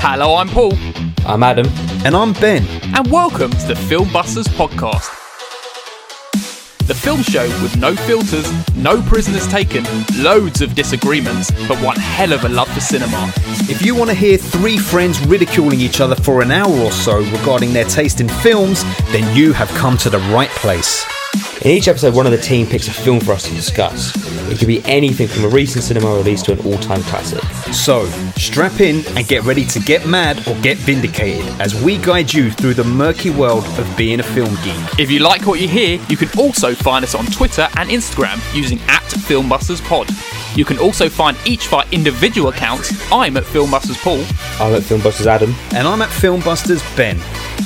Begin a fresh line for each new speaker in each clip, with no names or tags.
Hello, I'm Paul,
I'm Adam.
And I'm Ben.
and welcome to the Film Busters podcast. The film show with no filters, no prisoners taken, loads of disagreements, but one hell of a love for cinema.
If you want to hear three friends ridiculing each other for an hour or so regarding their taste in films, then you have come to the right place.
In each episode, one of the team picks a film for us to discuss. It could be anything from a recent cinema release to an all time classic.
So, strap in and get ready to get mad or get vindicated as we guide you through the murky world of being a film geek.
If you like what you hear, you can also find us on Twitter and Instagram using at FilmbustersPod. You can also find each of our individual accounts. I'm at FilmBusters Paul.
I'm at Filmbusters Adam.
And I'm at Filmbusters Ben.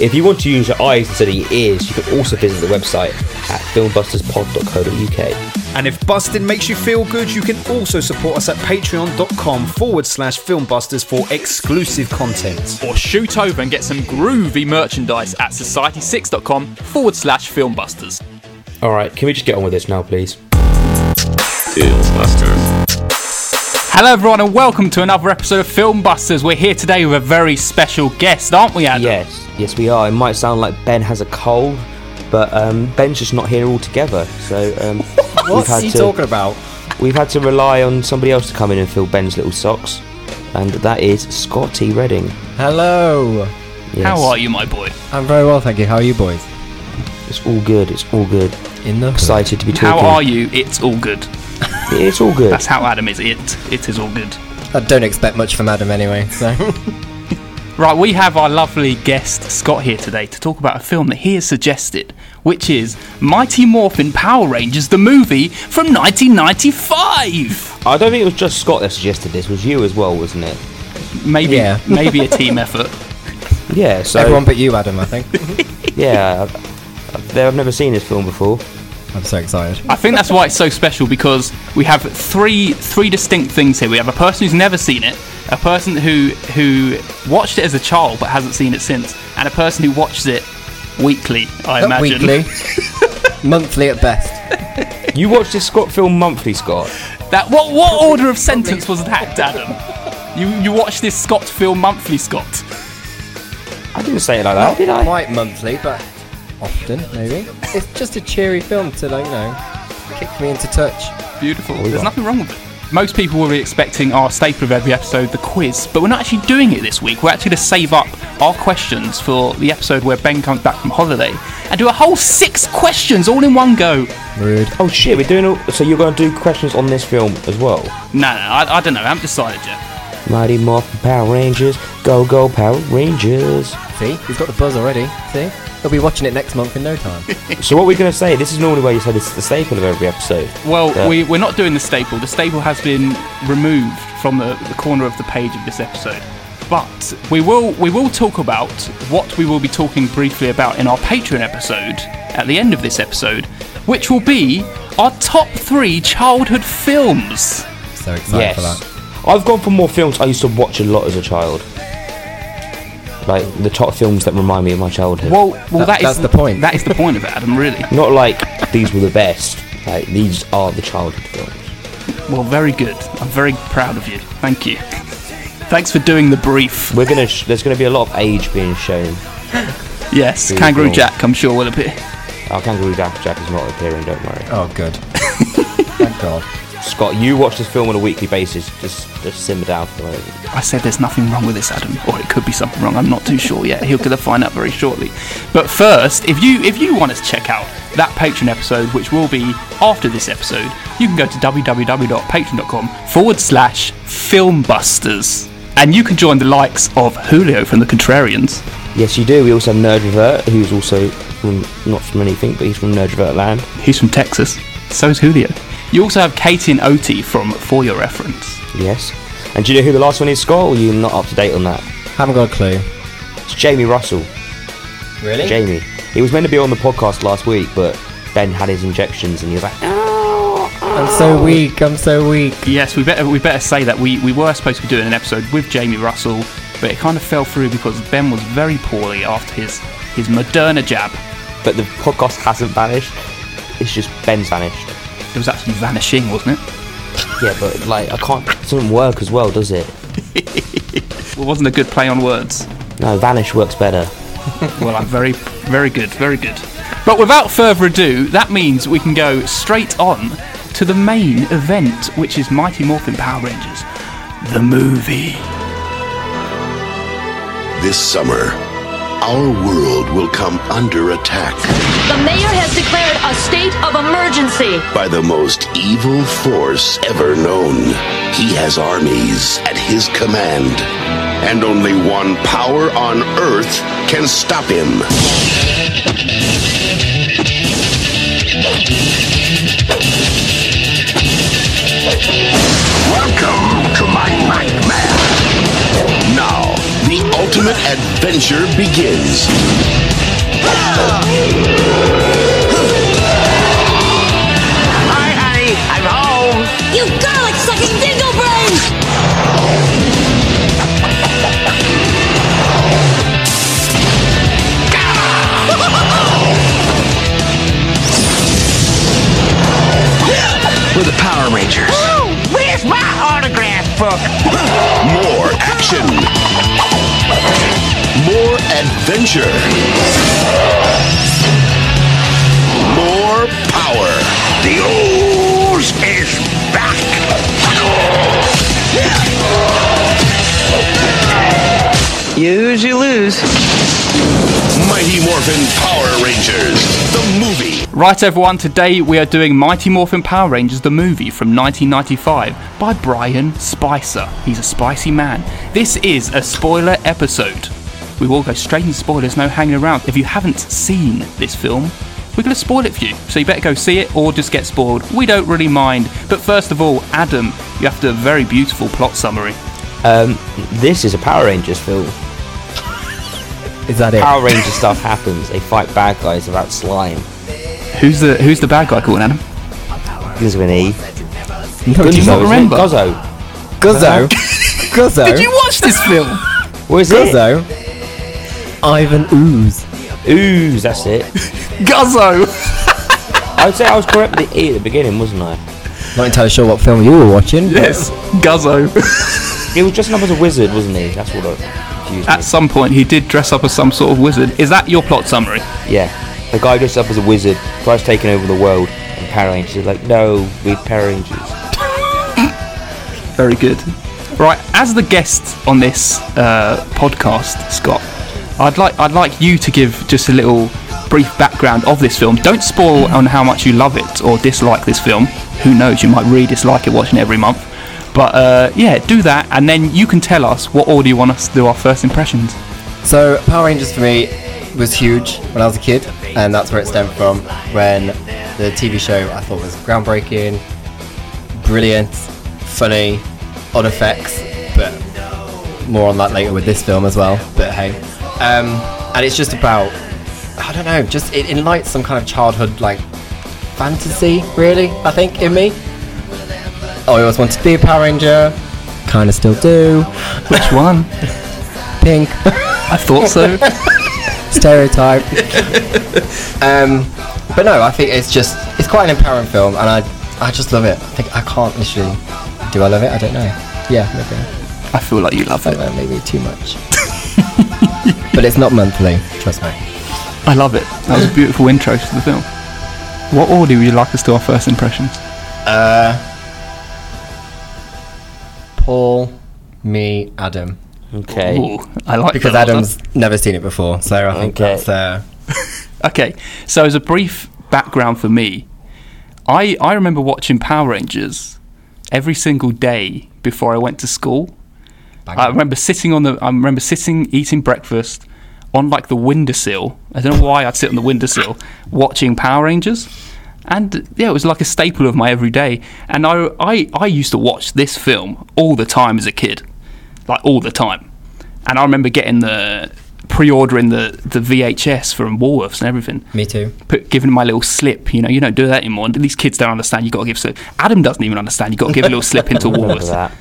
If you want to use your eyes instead of your ears, you can also visit the website at filmbusterspod.co.uk.
And if Busted makes you feel good, you can also support us at patreon.com forward slash filmbusters for exclusive content.
Or shoot over and get some groovy merchandise at society6.com forward slash filmbusters.
Alright, can we just get on with this now, please?
Hello, everyone, and welcome to another episode of Film Busters. We're here today with a very special guest, aren't we, Adam?
Yes, yes, we are. It might sound like Ben has a cold, but um, Ben's just not here altogether. So um, we've, had to,
about?
we've had to rely on somebody else to come in and fill Ben's little socks, and that is Scotty Redding.
Hello.
Yes.
How are you, my boy?
I'm very well, thank you. How are you boys?
It's all good. It's all good.
In the
Excited to be talking.
How are you? It's all good.
It's all good.
That's how Adam is. It it is all good.
I don't expect much from Adam anyway. So
Right, we have our lovely guest Scott here today to talk about a film that he has suggested, which is Mighty Morphin Power Rangers, the movie from 1995.
I don't think it was just Scott that suggested this. It was you as well, wasn't it?
Maybe
Yeah.
maybe a team effort.
Yeah. So
everyone but you, Adam. I think.
yeah, I've, I've, I've never seen this film before.
I'm so excited.
I think that's why it's so special because we have three three distinct things here. We have a person who's never seen it, a person who who watched it as a child but hasn't seen it since, and a person who watches it weekly. I
Not
imagine.
weekly, monthly at best.
You watch this Scott film monthly, Scott.
That what what order of sentence was that, Adam? You you watch this Scott film monthly, Scott.
I didn't say it like that, did I?
Quite monthly, but often maybe. It's just a cheery film to like you know kick me into touch.
Beautiful. There's nothing wrong with it. Most people will be expecting our staple of every episode, the quiz, but we're not actually doing it this week. We're actually going to save up our questions for the episode where Ben comes back from holiday and do a whole six questions all in one go.
Rude.
Oh shit, we're doing all. So you're going to do questions on this film as well?
No, no, I, I don't know. I haven't decided yet.
Mighty Morphin Power Rangers, go go Power Rangers.
See, he's got the buzz already. See, he'll be watching it next month in no time.
So what we're going to say? This is normally where you say this is the staple of every episode.
Well,
Yeah.
we, we're not doing the staple. The staple has been removed from the, the corner of the page of this episode. But we will we will talk about what we will be talking briefly about in our Patreon episode at the end of this episode, which will be our top three childhood films.
So excited for
Yes.
that.
I've gone for more films I used to watch a lot as a child. Like the top films that remind me of my childhood.
Well, well,
That-
that is
that's the point.
That is the point of it, Adam. Really.
Not like these were the best. Like these are the childhood films.
Well, very good. I'm very proud of you. Thank you. Thanks for doing the brief.
We're gonna. Sh- there's gonna be a lot of age being shown.
Yes,
Very
Kangaroo
cool.
Jack. I'm sure will appear.
Our kangaroo Jack, Jack is not appearing. Don't worry.
Oh, good. Thank God.
Scott, you watch this film on a weekly basis. Just, just simmer down for a moment.
I said there's nothing wrong with this, Adam, or it could be something wrong. I'm not too sure yet. He'll gonna find out very shortly. But first, if you if you want to check out that Patreon episode, which will be after this episode, you can go to www.patreon.com forward slash filmbusters. And you can join the likes of Julio from The Contrarians.
Yes, you do. We also have Nerdvert, who's also from, not from anything, but he's from Nerdvert land.
He's from Texas. So is Julio. You also have Katie and Oti from For Your Reference.
Yes. And do you know who the last one is, Scott? Or are you not up to date on that?
Haven't got a clue.
It's Jamie Russell.
Really?
Jamie. He was meant to be on the podcast last week, but Ben had his injections and he was like, "Ah."
I'm so weak. I'm so weak.
Yes, we better we better say that we, we were supposed to be doing an episode with Jamie Russell, but it kind of fell through because Ben was very poorly after his his Moderna jab.
but the podcast hasn't vanished. It's just Ben's vanished.
It was actually vanishing, wasn't it?
Yeah, but like I can't. It doesn't work as well, does it?
Well, wasn't a good play on words.
No, vanish works better.
Well, I'm very, very good, very good. But without further ado, that means we can go straight on to the main event, which is Mighty Morphin Power Rangers, the movie.
This summer, our world will come under attack
The mayor has declared a state of emergency.
by the most evil force ever known. He has armies at his command, and only one power on Earth can stop him. Welcome to my nightmare. Now, the ultimate adventure begins.
Hi, honey. I'm home.
You garlic sucking dingo brains!
We're the Power Rangers. Ooh, where's my autograph book?
More action. More adventure. More power.
The ooze is back. Use, you lose.
Mighty Morphin Power Rangers, the movie.
Right, everyone, today we are doing Mighty Morphin Power Rangers the movie from 1995 by Brian Spicer. He's a spicy man. This is a spoiler episode. We will go straight into spoilers, no hanging around. If you haven't seen this film, we're going to spoil it for you, so you better go see it or just get spoiled. We don't really mind. But first of all, Adam, you have to do a very beautiful plot summary.
This is a Power Rangers film.
Is that it?
Power Ranger stuff happens. They fight bad guys without slime.
Who's the Who's the bad guy called Adam?
Begins with an E.
No,
do you
just-
not
Guzzo, isn't it?
remember?
Guzzo.
Guzzo. Guzzo.
Did you watch this film?
Where's it?
Guzzo. Ivan Ooze.
Ooze, that's it.
Guzzo.
I'd say I was correct with the E at the beginning, wasn't I?
Not entirely sure what film you were watching. but
Yes, Guzzo.
He was dressing up as a wizard, wasn't he? That's what I confused me.
At some point, he did dress up as some sort of wizard. Is that your plot summary?
Yeah. The guy dressed up as a wizard, tries taking over the world, and Power Rangers are like, no, we're Power Rangers.
Very good. Right, as the guest on this uh, podcast, Scott, I'd like I'd like you to give just a little brief background of this film. Don't spoil on how much you love it or dislike this film. Who knows? You might really dislike it watching it every month. But uh, yeah, do that, and then you can tell us what order you want us to do our first impressions.
So Power Rangers for me was huge when I was a kid, and that's where it stemmed from. When the TV show I thought was groundbreaking, brilliant, funny, odd effects, but more on that later with this film as well. But hey, um, and it's just about I don't know, just it enlightens some kind of childhood like fantasy, really. I think in me, I always wanted to be a Power Ranger, kind of still do.
Which one?
Pink.
I thought so.
stereotype. um, but no, I think it's just it's quite an empowering film, and I I just love it. I think I can't literally. Do I love it? I don't know. Yeah, maybe
I feel like you love
I
it.
don't know, maybe too much. but it's not monthly. Trust me.
I love it. That was a beautiful intro to the film. What order would you like us to our first impressions?
Paul, me, Adam,
Okay.
Ooh, I like
because
that order.
Adam's never seen it before, so I think
Okay.
that's uh,
Okay, so as a brief background for me, I I remember watching Power Rangers every single day before I went to school.
Uh,
I remember sitting on the I remember sitting eating breakfast on like the windowsill. I don't know why I'd sit on the windowsill watching Power Rangers. And yeah, it was like a staple of my everyday. And I, I I used to watch this film all the time as a kid. Like all the time. And I remember getting the pre-ordering the, the VHS from Woolworths and everything
me too.
put, giving my little slip. You know, you don't do that anymore. These kids don't understand. You got to give slip. Adam doesn't even understand. You got to give a little slip into
Remember
Woolworths.
that.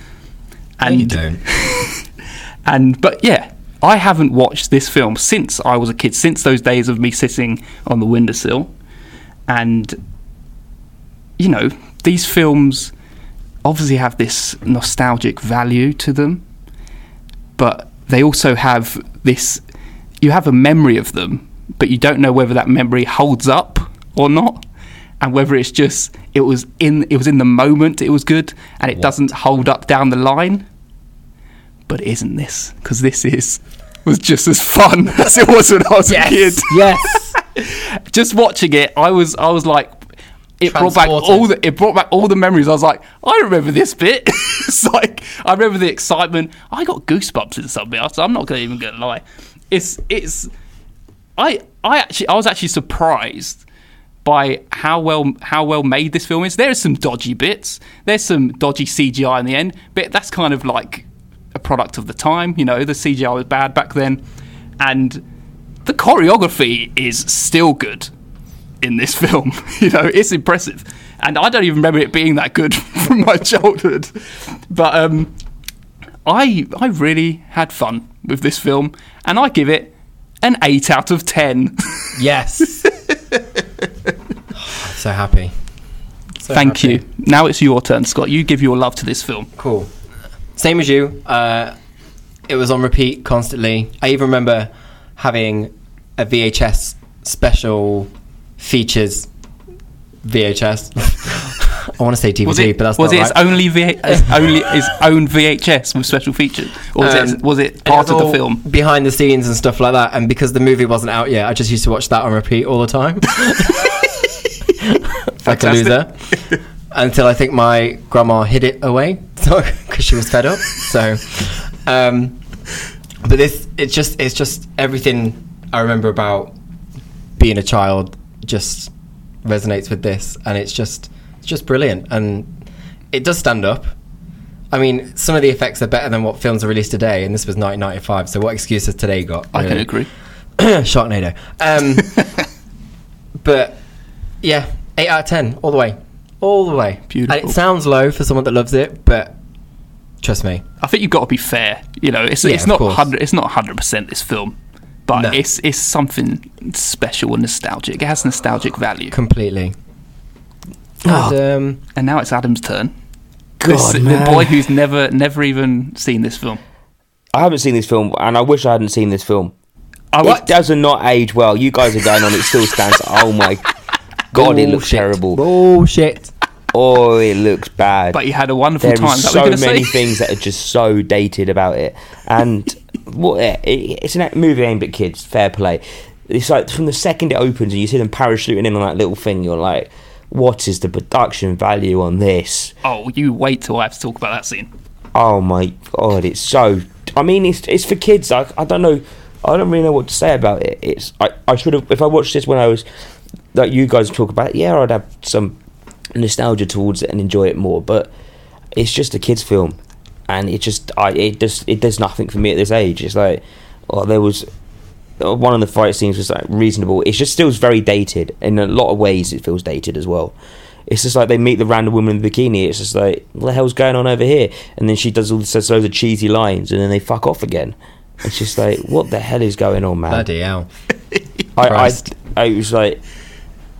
And and but yeah, I haven't watched this film since I was a kid. Since those days of me sitting on the windowsill, and you know, these films obviously have this nostalgic value to them. but they also have this. You have a memory of them, but you don't know whether that memory holds up or not, and whether it's just it was in it was in the moment it was good, and it doesn't hold up down the line. But it isn't this because this is was just as fun as it was when I was a kid
Yes.
just watching it, I was I was like, it brought back
Transported.
all the it brought back all the memories. I was like, I remember this bit. it's like I remember the excitement. I got goosebumps in some bit. I- I'm not gonna even gonna lie. It's it's I I actually I was actually surprised by how well how well made this film is. There is some dodgy bits. There's some dodgy CGI in the end, but that's kind of like a product of the time. You know, the CGI was bad back then, and the choreography is still good in this film. you know, it's impressive, and I don't even remember it being that good from my childhood. But um, I I really had fun with this film, and I give it an eight out of ten.
Yes. so happy. So
Thank
happy.
you. Now it's your turn, Scott. You give your love to this film.
Cool. Same as you. Uh, it was on repeat constantly. I even remember having a VHS special features VHS. I want to say DVD,
Was it
but that's
was
not
it
right.
its only v- its only its own VHS with special features, or was
Um,
it was it
And it
part
was
of the
all
film?
behind the scenes and stuff like that and because the movie wasn't out yet i just used to watch that on repeat all the time like a
Fantastic.
loser until i think my grandma hid it away because she was fed up so um, but this it's just it's just everything i remember about being a child just resonates with this and it's just it's just brilliant and it does stand up I mean, some of the effects are better than what films are released today, and this was 1995. So, what excuse has today got?
I can
really?
agree.
Sharknado. Um, but yeah, eight out of ten, all the way, all the way.
Beautiful.
And it sounds low for someone that loves it, but trust me,
I think you've got to be fair. You know, it's
Yeah,
it's
of
not
course.
hundred it's not hundred percent this film, but
No.
it's it's something special and nostalgic. It has nostalgic value.
completely.
Ah.
Oh,
And, um,
And now it's Adam's turn.
God,
This-
man.
the boy who's never never even seen this film.
I haven't seen this film, and I wish I hadn't seen this film.
I was-
It does not age well. You guys are going on. It still stands. Oh my god, it looks
bullshit.
terrible.
Bullshit.
Oh, it looks bad.
but you had a wonderful
there
time.
is
Is that
so
what you're gonna
many
say?
things that are just so dated about it, and what it, it's a movie aimed at kids. Fair play. It's like from the second it opens and you see them parachuting in on that little thing, you're like, what is the production value on this?
Oh, you wait till I have to talk about that scene.
Oh my god, it's so. I mean, it's it's for kids. I I don't know. I don't really know what to say about it. It's I I should have if I watched this when I was like you guys talk about. It, yeah, I'd have some nostalgia towards it and enjoy it more. But it's just a kids film, and it just I it just it does nothing for me at this age. It's like oh there was. uh, One of the fight scenes was like reasonable. It's just still very dated in a lot of ways. It feels dated as well. It's just like they meet the random woman in the bikini. It's just like, what the hell's going on over here? And then she does all says loads of cheesy lines, and then they fuck off again. It's just like, what the hell is going on, man?
Bloody hell.
I, I,
Christ.
I was like,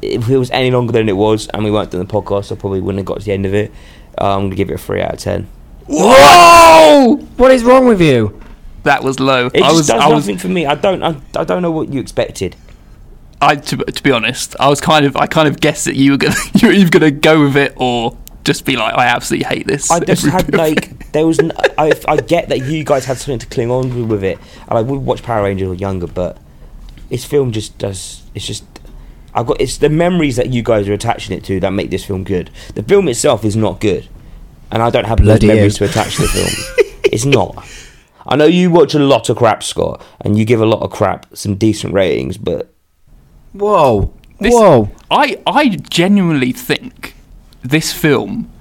if it was any longer than it was, and we weren't doing the podcast, I probably wouldn't have got to the end of it. Um, I'm gonna give it a three out of ten.
Whoa!
What is wrong with you?
That was low.
It
I
just
was,
does
I was,
nothing for me. I don't, I, I don't know what you expected.
I to, to be honest, I was kind of, I kind of guessed that you were gonna, you were either gonna go with it or just be like, I absolutely hate this.
I just
Every
had
bit of it.
like there was. N- I, I get that you guys had something to cling on with, with it, and I would watch Power Rangers younger, but this film just does. It's just. I've got. It's the memories that you guys are attaching it to that make this film good. The film itself is not good, and I don't have those
Bloody
memories
hell.
to attach to the film. it's not. I know you watch a lot of crap, Scott, and you give a lot of crap some decent ratings, but
Whoa.
This-
Whoa.
I, I genuinely think this film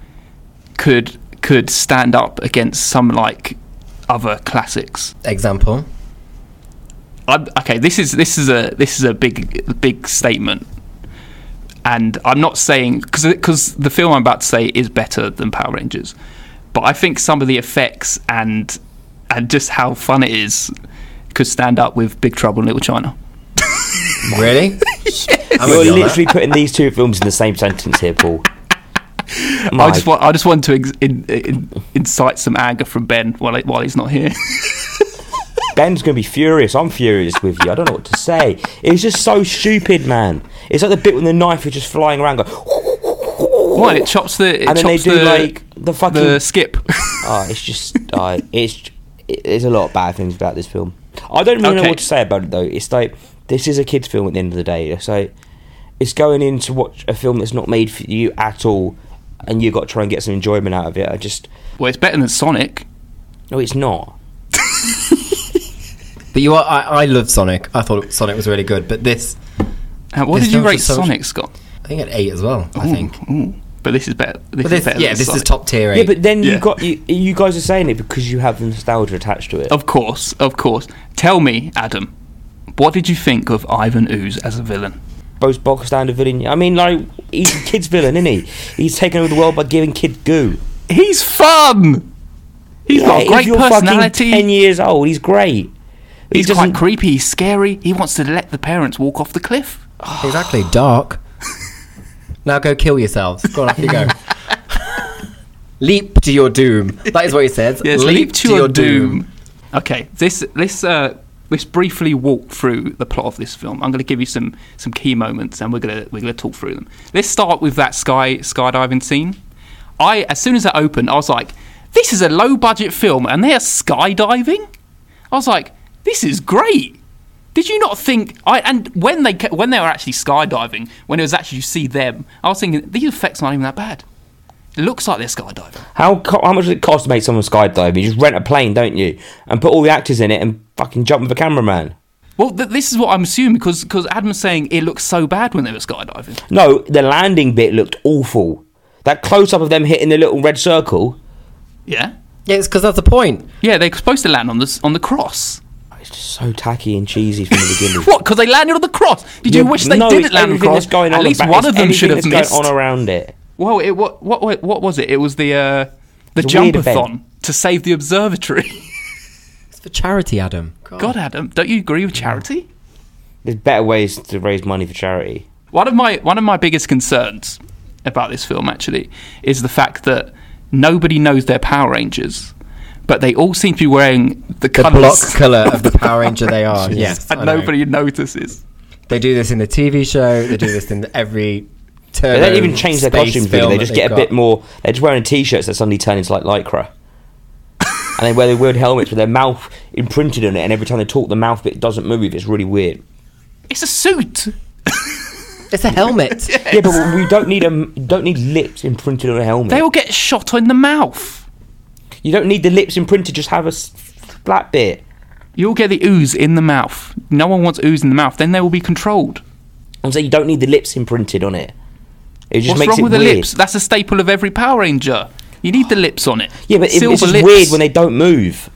could could stand up against some like other classics.
Example.
I'm, okay, this is this is a this is a big big statement, and I'm not saying because because the film I'm about to say is better than Power Rangers, but I think some of the effects and and just how fun it is could stand up with Big Trouble in Little China.
Really? I'm
you're
with you on that.
literally putting these two films in the same sentence here, Paul.
I
My
just want I just wanted to ex- in, in, incite some anger from Ben while he- while he's not here.
Ben's going to be furious. I'm furious with you. I don't know what to say. It was just so stupid, man. It's like the bit when the knife was just flying around. Going,
Why it chops the it
and then they
chops
do
the,
like the fucking.
the skip.
oh, it's just. Uh, it's. It, there's a lot of bad things about this film. I don't really know
Okay.
what to say about it though. It's like this is a kids' film at the end of the day. So it's going in to watch a film that's not made for you at all, and you got to try and get some enjoyment out of it. I just.
well, it's better than Sonic.
No, it's not.
But you are. I, I love Sonic. I thought Sonic was really good, but this
Uh, what
This
did you
film's
rate
a social-
Sonic, Scott?
I think at eight as well. I
Ooh,
think.
ooh. But this is better. This
But
is
this,
better
yeah,
than
this is
Sonic.
top tier eight.
Yeah, but then
Yeah.
you got you, you guys are saying it because you have nostalgia attached to it.
Of course, of course. Tell me, Adam, what did you think of Ivan Ooze as a villain?
Most bog standard villain. I mean, like he's a kid's villain, isn't he? He's taken over the world by giving kid goo.
He's fun. He's
Yeah,
got a
if
great
you're fucking
personality.
Ten years old, he's great. He
he's
doesn't-
quite creepy. He's scary. He wants to let the parents walk off the cliff.
exactly. Dark. now go kill yourselves. Go on, off you go. leap to your doom. That is what he says.
Yes, leap, to, your doom. Okay, this this uh, let's briefly walk through the plot of this film. I'm going to give you some some key moments, and we're gonna we're gonna talk through them. Let's start with that sky skydiving scene. I as soon as that opened, I was like, "This is a low budget film, and they are skydiving." I was like, "This is great." Did you not think? I and when they ca- when they were actually skydiving, when it was actually you see them, I was thinking these effects aren't even that bad. It looks like they're skydiving.
How co- how much does it cost to make someone skydive? You just rent a plane, don't you? And put all the actors in it and fucking jump with a cameraman.
Well, th- this is what I'm assuming because because Adam's saying it looks so bad when they were skydiving.
No, the landing bit looked awful. That close up of them hitting the little red circle.
Yeah,
Yeah, it's because that's the point.
yeah, they're supposed to land on this on the cross.
It's just so tacky and cheesy from the beginning.
What? Because they landed on the cross. Did you
Yeah,
wish they
no,
didn't
it's
land on the
everything
cross?
that's going
At
on
least
about-
one
it's
of them should have
anything that's
missed.
going on around it.
well, it, what what what what was it? It was the uh, the
It's a weird
jumpathon
event.
to save the observatory.
It's for charity, Adam.
God, Adam, don't you agree with charity?
There's better ways to raise money for charity.
One of my one of my biggest concerns about this film actually is the fact that nobody knows their Power Rangers, but they all seem to be wearing the,
The block
colours,
color of the Power Ranger they are. Yes, I
and
know.
nobody notices.
They do this in the TV show. They do this in every.
They don't even change their costumes. Really. They just get a bit more. They're just wearing t-shirts that suddenly turn into like lycra, and they wear the weird helmets with their mouth imprinted on it. And every time they talk, the mouth bit doesn't move. It's really weird.
It's a suit.
It's a helmet.
Yeah, but we don't need a don't need lips imprinted on a helmet.
They all get shot in the mouth.
you don't need the lips imprinted. Just have a s- flat bit.
You all get the ooze in the mouth. No one wants ooze in the mouth. Then they will be controlled.
And so you don't need the lips imprinted on it. It just
What's
makes
wrong
it
with the
weird.
lips? That's a staple of every Power Ranger. You need the lips on it.
Yeah, but it-
Silver
it's just
lips.
weird when they don't move.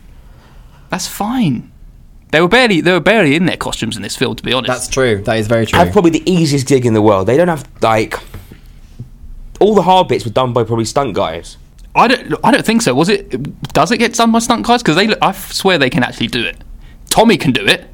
That's fine. They were barely they were barely in their costumes in this film, to be honest.
That's true. That is very true.
have probably the easiest gig in the world. They don't have like all the hard bits were done by probably stunt guys.
I don't I don't think so. Was it? Does it get done by stunt guys? Because they look- I swear they can actually do it. Tommy can do it.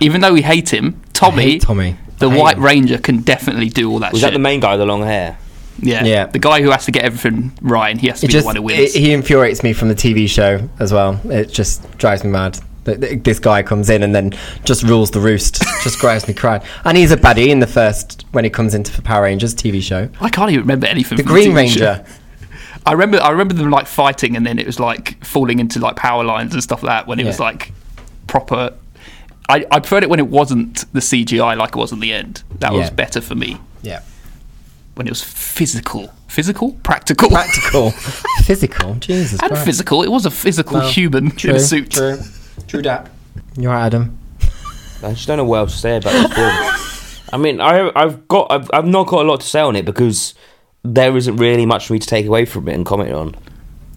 Even though we hate him, Tommy,
hate Tommy.
the
I hate
White
him.
Ranger, can definitely do all that.
Was
shit.
that the main guy with the long hair?
Yeah.
Yeah.
The guy who has to get everything right and he has to
It
be
just
the one who
it,
wins.
he infuriates me from the TV show as well. It just drives me mad. That- that This guy comes in and then just rules the roost. just drives me crying. And he's a baddie in the first when he comes into the Power Rangers TV show.
I can't even remember anything.
The
from
Green
TV
Ranger.
show. I remember I remember them like fighting and then it was like falling into like power lines and stuff like that when it was
Yeah.
like proper I, I preferred it when it wasn't the CGI like it was in the end. That was
Yeah.
better for me.
Yeah.
When it was physical. Physical? Practical.
Practical. physical. Jesus.
and
Christ.
physical. It was a physical
No.
human in
True,
a suit.
True. True dat. You're right, Adam.
I just don't know what else to say about this film. I mean, I, I've got, I've, I've not got a lot to say on it because there isn't really much for me to take away from it and comment on.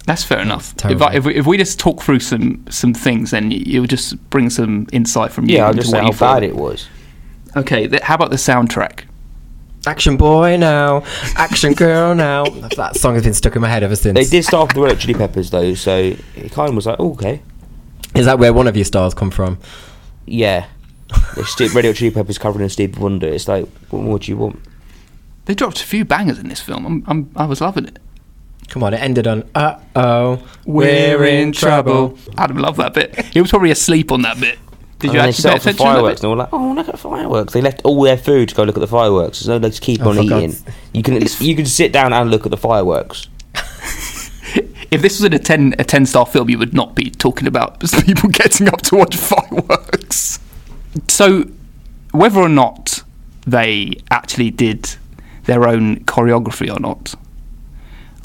That's fair enough. If,
terrible.
I, if, we, if we just talk through some, some things, then you, you'll just bring some insight from you.
Yeah, I'll
into
just
what
say how
you thought.
bad it was.
Okay, th- how about the soundtrack?
Action boy now. Action girl now. that song has been stuck in my head ever since.
They did start off with the Red Hot Chili Peppers though, so it kind of was like, oh, okay,
Is that where one of your stars come from?
yeah. It's Steve, Red Hot Chili Peppers covered in Stevie Wonder. It's like, what more do you want?
They dropped a few bangers in this film. I'm, I'm, I was loving it.
Come on, it ended on uh oh,
Adam loved that bit. He was probably asleep on that bit. Did you
And then they
actually
set
pay
off the
attention to that
fireworks,
bit?
and all like, "Oh, look at the fireworks!" They left all their food to go look at the fireworks. So they just keep
Oh,
on
for
eating.
God's-
You can you can sit down and look at the fireworks.
If this was in a 10, a 10 star film, you would not be talking about just people getting up to watch fireworks. So, whether or not they actually did their own choreography or not,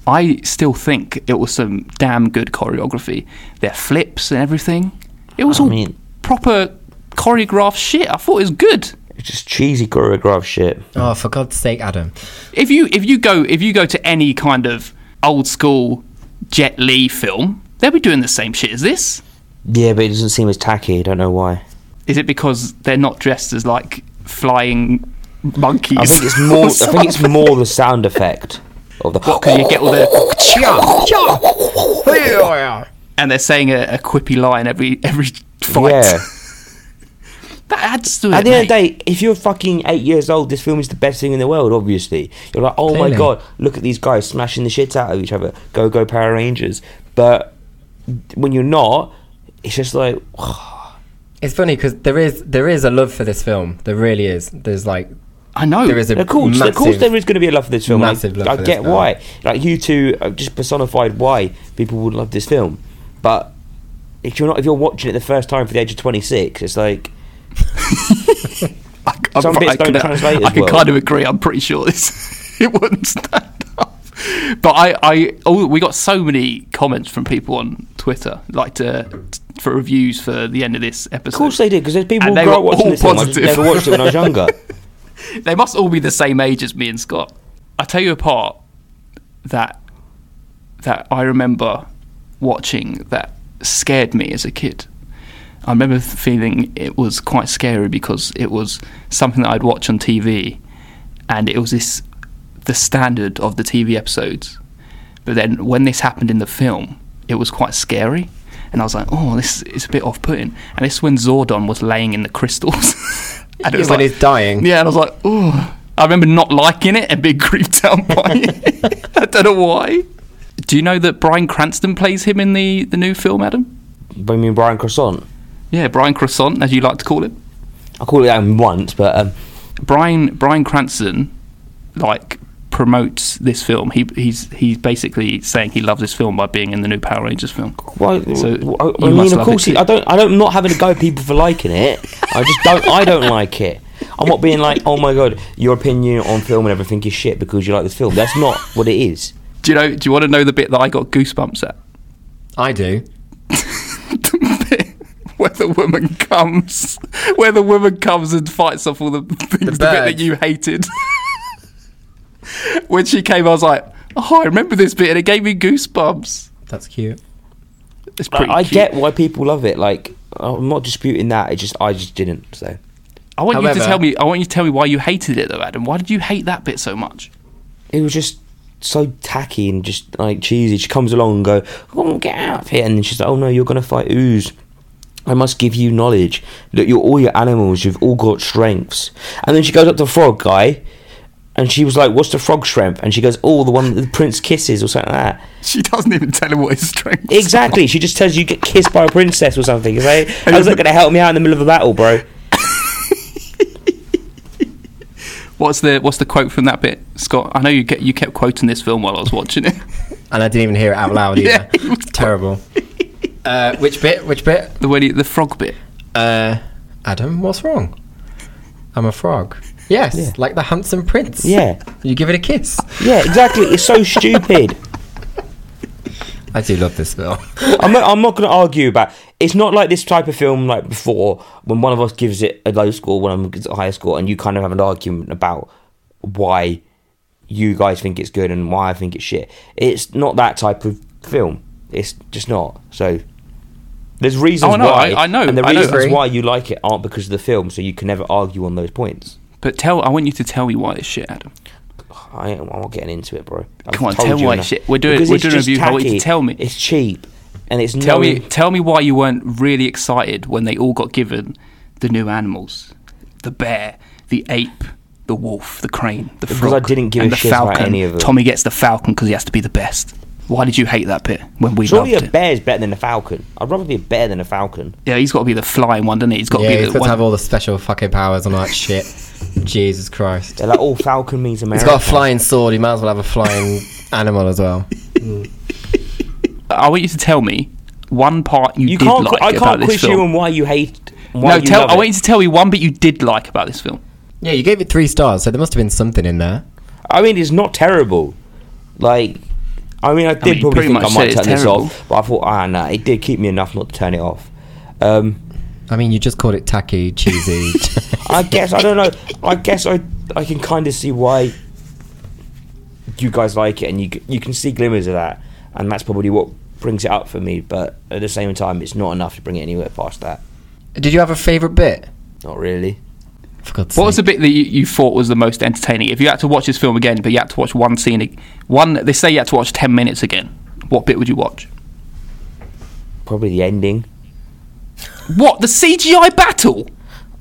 I still think it was some damn good choreography. Their flips and everything. It was
I
all
mean-
proper choreographed shit. I thought it was good.
It's just cheesy choreographed shit.
Oh, for God's sake, Adam.
if you if you go if you go to any kind of old school Jet Li film, they'll be doing the same shit as this.
Yeah, but it doesn't seem as tacky. I don't know why.
Is it because they're not dressed as like flying monkeys?
I think it's more. I think it's more the sound effect of the.
because you get all the and they're saying a, a quippy line every every fight.
Yeah.
that adds to it.
At the end of the
mate.
day, if you're fucking eight years old, this film is the best thing in the world. Obviously, you're like, oh
Clearly.
my god, look at these guys smashing the shit out of each other. Go go Power Rangers! But when you're not, it's just like
It's funny because there is there is a love for this film. There really is. There's like
I know.
there is a
Oh, Of course,
massive,
of course, there is going to be a love for this film. and I-
massive love
I,
for this
get
film.
why. Like you two have just personified why people would love this film. But if you're not, if you're watching it the first time for the age of 26, it's like
I, I'm
some
right,
bits
I
don't
can, uh,
translate as
I can
well.
kind of agree. I'm pretty sure this it wouldn't stand up. But I, I oh, we got so many comments from people on Twitter, like to for reviews for the end of this episode.
of course they do because there's people
And they
who grew up
were all
watching this
positive.
film. I just never watched it when I was younger.
they must all be the same age as me and Scott. I tell you apart that that I remember watching that scared me as a kid. I remember feeling it was quite scary because it was something that I'd watch on TV, and it was this the standard of the TV episodes. But then when this happened in the film, it was quite scary. And I was like, oh, this is a bit off putting. And this is when Zordon was laying in the crystals. and
Yeah, when he's dying.
Yeah, and I was like, oh. I remember not liking it and being creeped out by it. I don't know why. Do you know that Brian Cranston plays him in the, the new film, Adam?
But I mean, Brian Croissant.
Yeah, Brian Croissant, as you like to call him.
I called it that once, but um,
Brian Brian Cranston like promotes this film. He he's he's basically saying he loves this film by being in the new Power Rangers film.
Why,
So,
w- I-
you must
I mean,
love
of course,
it
he-
too.
I don't. I don't. I'm not having a go at people for liking it. I just don't. I don't like it. I'm not being like, oh my god, your opinion on film and everything is shit because you like this film. That's not what it is.
Do you know? Do you want to know the bit that I got goosebumps at?
I do.
The bit where the woman comes, where the woman comes and fights off all the things, the, bit that
birds.
you hated. when she came, I was like, oh, I remember this bit, and it gave me goosebumps.
That's cute.
It's pretty.
Like, I
cute.
get why people love it. Like, I'm not disputing that. It just, I just didn't. So,
I want you to
However-
tell me. I want you to tell me why you hated it, though, Adam. Why did you hate that bit so much?
it was just so tacky and just like cheesy. She comes along and go, oh, get out of here, and then she's like, oh no, you're gonna fight ooze. I must give you knowledge. Look, you're all your animals. You've all got strengths. And then she goes up to the frog guy, and she was like, "What's the frog strength?" And she goes, "Oh, the one that the prince kisses, or something like that."
She doesn't even tell him what his strength.
Exactly. She just tells you get kissed by a princess or something. It's like, how's that going to help me out in the middle of a battle, bro?
What's the What's the quote from that bit, Scott? I know you get you kept quoting this film while I was watching it.
And I didn't even hear it out loud
Yeah,
either.
it was-
Terrible. uh, which bit? Which bit?
the when he, the frog bit.
Uh, Adam, what's wrong? I'm a frog. Yes, like the handsome prince.
Yeah.
You give it a kiss.
Yeah, exactly. It's so stupid.
I do love this film.
I'm not, I'm not going to argue about. It's not like this type of film like before when one of us gives it a low score, one of them gives it a higher score, and you kind of have an argument about why you guys think it's good and why I think it's shit. It's not that type of film. It's just not. So there's reasons
Oh, no,
why.
I- I know,
and the
I know.
reasons why you like it aren't because of the film. So you can never argue on those points.
But tell I want you to tell me why it's shit, Adam.
I am, I'm not getting into it, bro. I've
Come on,
told
tell
you
why
enough.
shit- we're doing-
Because
we're
it's
doing a
just
review, I want you to
tacky,
tell me.
It's cheap, and it's
Tell me
knowing-
tell me why you weren't really excited when they all got given the new animals, the bear, the ape, the wolf, the crane, the
Because
frog.
I didn't give
and
a
the
shit about
falcon.
any of them.
Tommy gets the falcon because he has to be the best. Why did you hate that bit when we
Surely
loved
a
it?
bear's better than a falcon. I'd rather be a bear than a falcon.
yeah, he's got to be the flying one, doesn't he? He's got to
Yeah,
be
he's
the
got
one.
to have all the special fucking powers and all that shit. Jesus Christ.
They're like, oh, falcon means America.
He's got a flying sword, he might as well have a flying animal as well.
I want you to tell me one part you,
You
did
can't.
like
I
about
can't
this
quiz
film.
you on why you hate. Why
no,
you
tell,
love
I
it.
want you to tell me one bit you did like about this film.
Yeah, you gave it three stars, so there must have been something in there.
I mean, it's not terrible. Like, I mean, I did
mean,
probably
pretty
think I
much
might
said
turn
it's
this
terrible.
off, but I thought, ah, no, it did keep me enough not to turn it off. Um,
I mean, you just called it tacky, cheesy.
I guess I don't know. I guess I I can kind of see why you guys like it, and you c- you can see glimmers of that, and that's probably what brings it up for me. But at the same time, it's not enough to bring it anywhere past that.
Did you have a favourite bit?
Not really.
For God's
What was the
sake.
bit that you, you thought was the most entertaining? If you had to watch this film again, but you had to watch one scene, ag- one they say you had to watch ten minutes again. What bit would you watch?
Probably the ending.
What the CGI battle?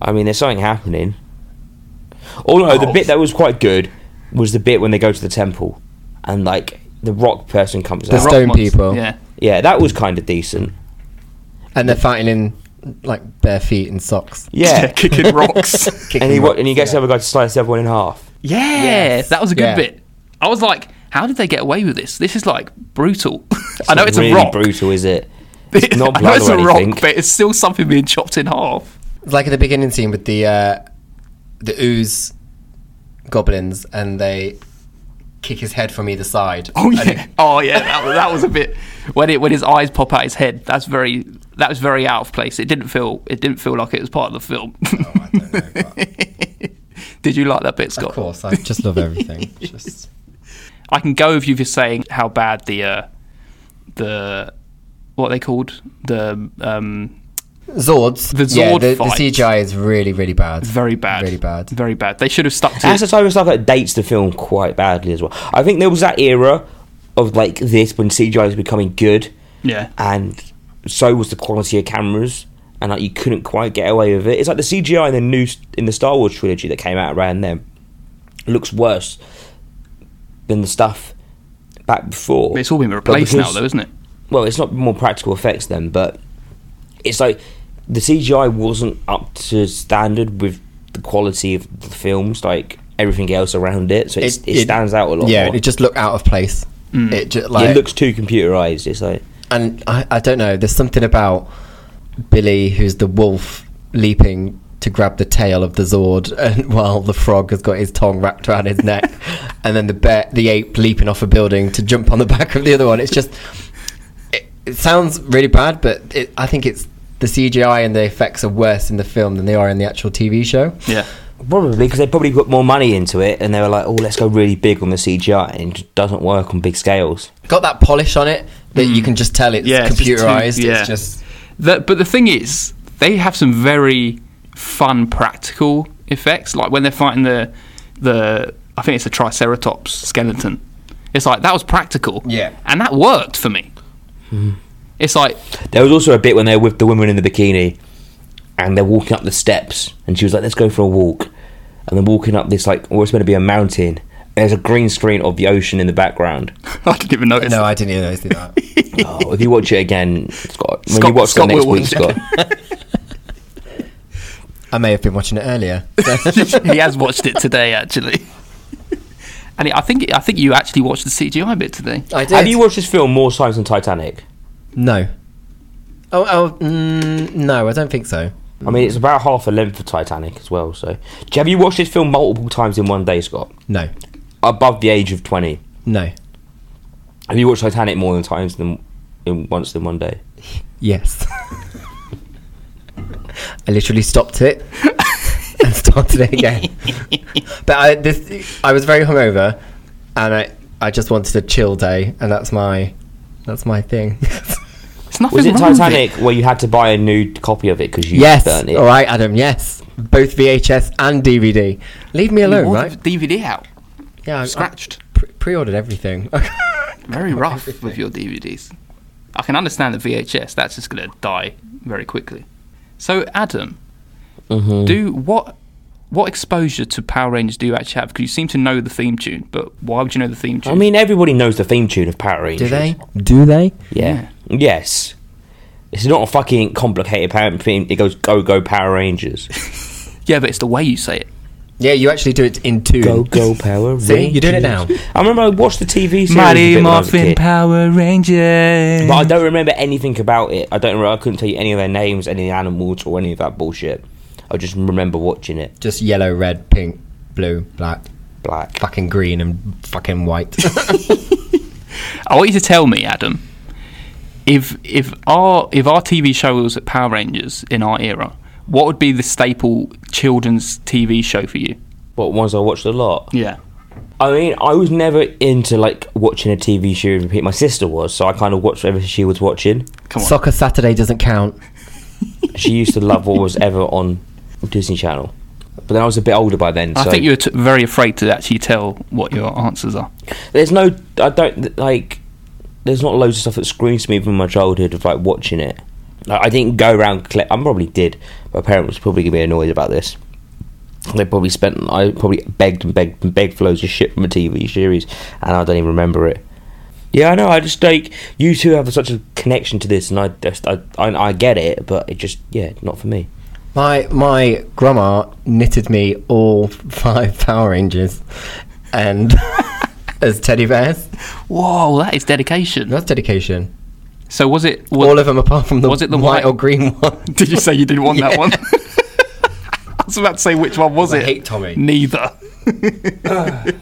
I mean, there's something happening. Oh no, the
Oh.
bit that was quite good was the bit when they go to the temple, and like the rock person comes
The
out.
rock- Stone people.
Yeah,
yeah, that was kind of decent.
And they're fighting in, like, bare feet and socks.
Yeah,
kicking rocks.
and he wa- and he gets the other guy to slice the other one in half.
yeah, that was a good
Yeah.
bit. I was like, how did they get away with this? This is like brutal. I know it's
really
a rock.
brutal, is it? It's not
I know
blood
it's
or
a rock,
anything.
but it's still something being chopped in half.
It's like at the beginning scene with the uh, the ooze goblins, and they kick his head from either side.
Oh
And
yeah, oh yeah, that was, that was a bit when it when his eyes pop out his head. That's very that was very out of place. It didn't feel it didn't feel like it was part of the film.
Oh, I don't know, but-
Did you like that bit, Scott?
of course, I just love everything. Just
I can go with you for saying how bad the uh, the what are they called the um,
Zords.
The
yeah,
Zord
the, the
fight.
CGI is really, really bad.
very bad,
Really bad.
very bad. They should have stuck to
That's the type of stuff that dates the film quite badly as well. I think there was that era of like this when CGI was becoming good,
yeah.
and so was the quality of cameras, and like you couldn't quite get away with it. It's like the CGI in the new in the Star Wars trilogy that came out around then looks worse than the stuff back before.
It's all been
But
replaced now,
because-
though, isn't it?
well, it's not more practical effects then, but it's like the CGI wasn't up to standard with the quality of the films, like everything else around it. So it's, it, stands out a lot.
Yeah,
more.
it just looked out of place.
Mm.
It just like
it looks too computerized. It's like
and I, I don't know. There's something about Billy, who's the wolf, leaping to grab the tail of the Zord, and while the frog has got his tongue wrapped around his neck, and then the bear, the ape, leaping off a building to jump on the back of the other one. It's just, it, it sounds really bad, but it, I think it's the CGI and the effects are worse in the film than they are in the actual TV show.
Yeah.
probably because they probably put more money into it, and they were like, "Oh, let's go really big on the CGI," and it just doesn't work on big scales.
Got that polish on it that you can just tell it's
Mm. Yeah, it's just too-
computerized.
yeah.
It's just
The, but the thing is, they have some very fun practical effects. Like when they're fighting the the I think it's a Triceratops skeleton. It's like that was practical.
Yeah.
and that worked for me. Hmm. It's like
There was also a bit when they were with the woman in the bikini and they're walking up the steps and she was like, Let's go for a walk and they're walking up this like well it's meant to be a mountain. There's a green screen of the ocean in the background.
I didn't even notice.
no, I didn't even notice that.
Oh, if you watch it again, Scott when
Scott-
you watch
Scott
it next
will
week,
watch
Scott.
I may have been watching it earlier.
he has watched it today actually. And I think I think you actually watched the CGI bit today.
I did.
Have you watched this film more times than Titanic?
No. Oh, oh mm, no, I don't think so.
I mean it's about half the length of Titanic as well, so have you watched this film multiple times in one day, Scott?
No,
Above the age of twenty.
no,
Have you watched Titanic more than times than in once than one day?
yes. I literally stopped it and started it again. but I, this, I was very hungover, and I, I just wanted a chill day, and that's my, that's my thing.
It's nothing
Was it
wrong with
Titanic where you had to buy a new copy of it because you
yes,
burnt it?
all right, Adam. Yes, both VHS and DVD. Leave me
You
alone,
wore the
right?
DVD out,
Yeah, I,
scratched.
I pre- pre-ordered everything.
Very rough with your DVDs. I can understand the VHS. That's just
Mm-hmm.
going to die very quickly. So, Adam, do what what exposure to Power Rangers do you actually have? Because you seem to know the theme tune, but why would you know the theme tune?
I mean, everybody knows the theme tune of Power Rangers.
Do they? Do they?
Yeah. Yes. It's not a fucking complicated Power theme. It goes go go Power Rangers.
yeah, but it's the way you say it.
Yeah, you actually do it in tune.
Go go Power Rangers.
See, you're doing it now.
I remember I watched the TV series. a
Mighty
bit when I was a
Morphin
kid,
Power Rangers.
But I don't remember anything about it. I don't. Remember, I couldn't tell you any of their names, any of the animals, or any of that bullshit. I just remember watching it.
Just yellow, red, pink, blue, black,
Black.
fucking green, and fucking white.
I want you to tell me, Adam, if if our if our TV show was Power Rangers in our era, what would be the staple children's TV show for you?
What ones I watched a lot.
Yeah.
I mean, I was never into like watching a TV show and repeat. My sister was, so I kind of watched whatever she was watching.
Come on.
Soccer Saturday doesn't count.
She used to love what was ever on Disney Channel. But then I was a bit older by then.
I
so
think you were t- very afraid to actually tell what your answers are.
There's no. I don't like. There's not loads of stuff that screams to me from my childhood of like watching it. Like, I didn't go around. Collect, I probably did. My parents probably gonna be annoyed about this. They probably spent. I probably begged and begged and begged for loads of shit from a TV series, and I don't even remember it. Yeah, I know. I just like you two have such a connection to this, and I just I I, I get it, but it just yeah, not for me.
My my grandma knitted me all five Power Rangers, and as teddy bears.
Whoa, that is dedication.
That's dedication.
So was it? Was,
all of them apart from the,
was it the
white,
white-
or green one.
Did you say you didn't want that one? I was about to say which one was
I
it.
hate Tommy.
Neither.
I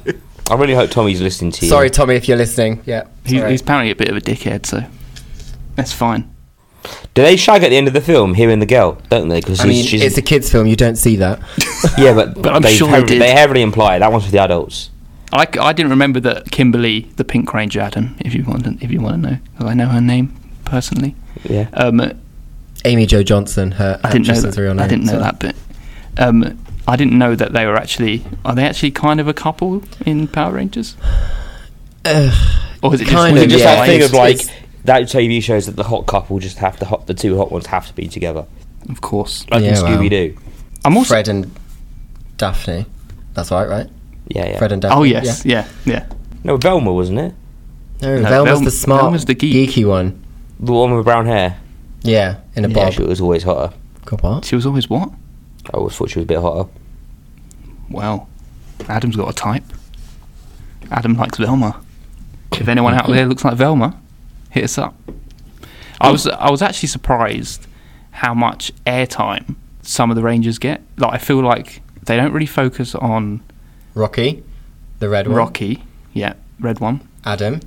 really hope Tommy's listening to you.
Sorry, Tommy, if you're listening. Yeah,
He's,
sorry.
he's apparently a bit of a dickhead, so that's fine.
do they shag at the end of the film? Him and the girl, don't they? Because
I mean, it's a kids' film. You don't see that.
Yeah, but,
But I'm
they,
sure he
heavily,
did.
they heavily imply that one's for the adults.
I, c- I didn't remember that Kimberly, the Pink Ranger, Adam. If you want, to, if you want to know, 'cause I know her name personally.
Yeah.
Um,
Amy Jo Johnson. Her
I didn't know
actress's
that.
real name.
I didn't know
so-
that bit. Um, I didn't know that they were actually. Are they actually kind of a couple in Power Rangers? or is it just,
Uh, kind
was it
of,
just
yeah.
that thing
it's-
of like
it's-
that TV shows that the hot couple just have the hot, the two hot ones have to be together,
Of course.
like in
Yeah, wow.
Scooby Doo.
I'm also.
Fred and Daphne. That's right, right?
Yeah, yeah.
Fred and Daphne.
oh yes, yeah, yeah.
no, Velma wasn't it?
Yeah. No,
No,
Velma's
Velma-
the smart,
Velma's the geek.
geeky one.
The one with brown hair.
Yeah, in a
Yeah,
bob.
she was always hotter.
God, what?
She was always what?
I always thought she was a bit hotter.
Well, Adam's got a type. Adam likes Velma. If anyone out there looks like Velma, hit us up. I was I was actually surprised how much airtime some of the Rangers get. Like I feel like they don't really focus on
Rocky, the red one.
Rocky, yeah, red one.
Adam.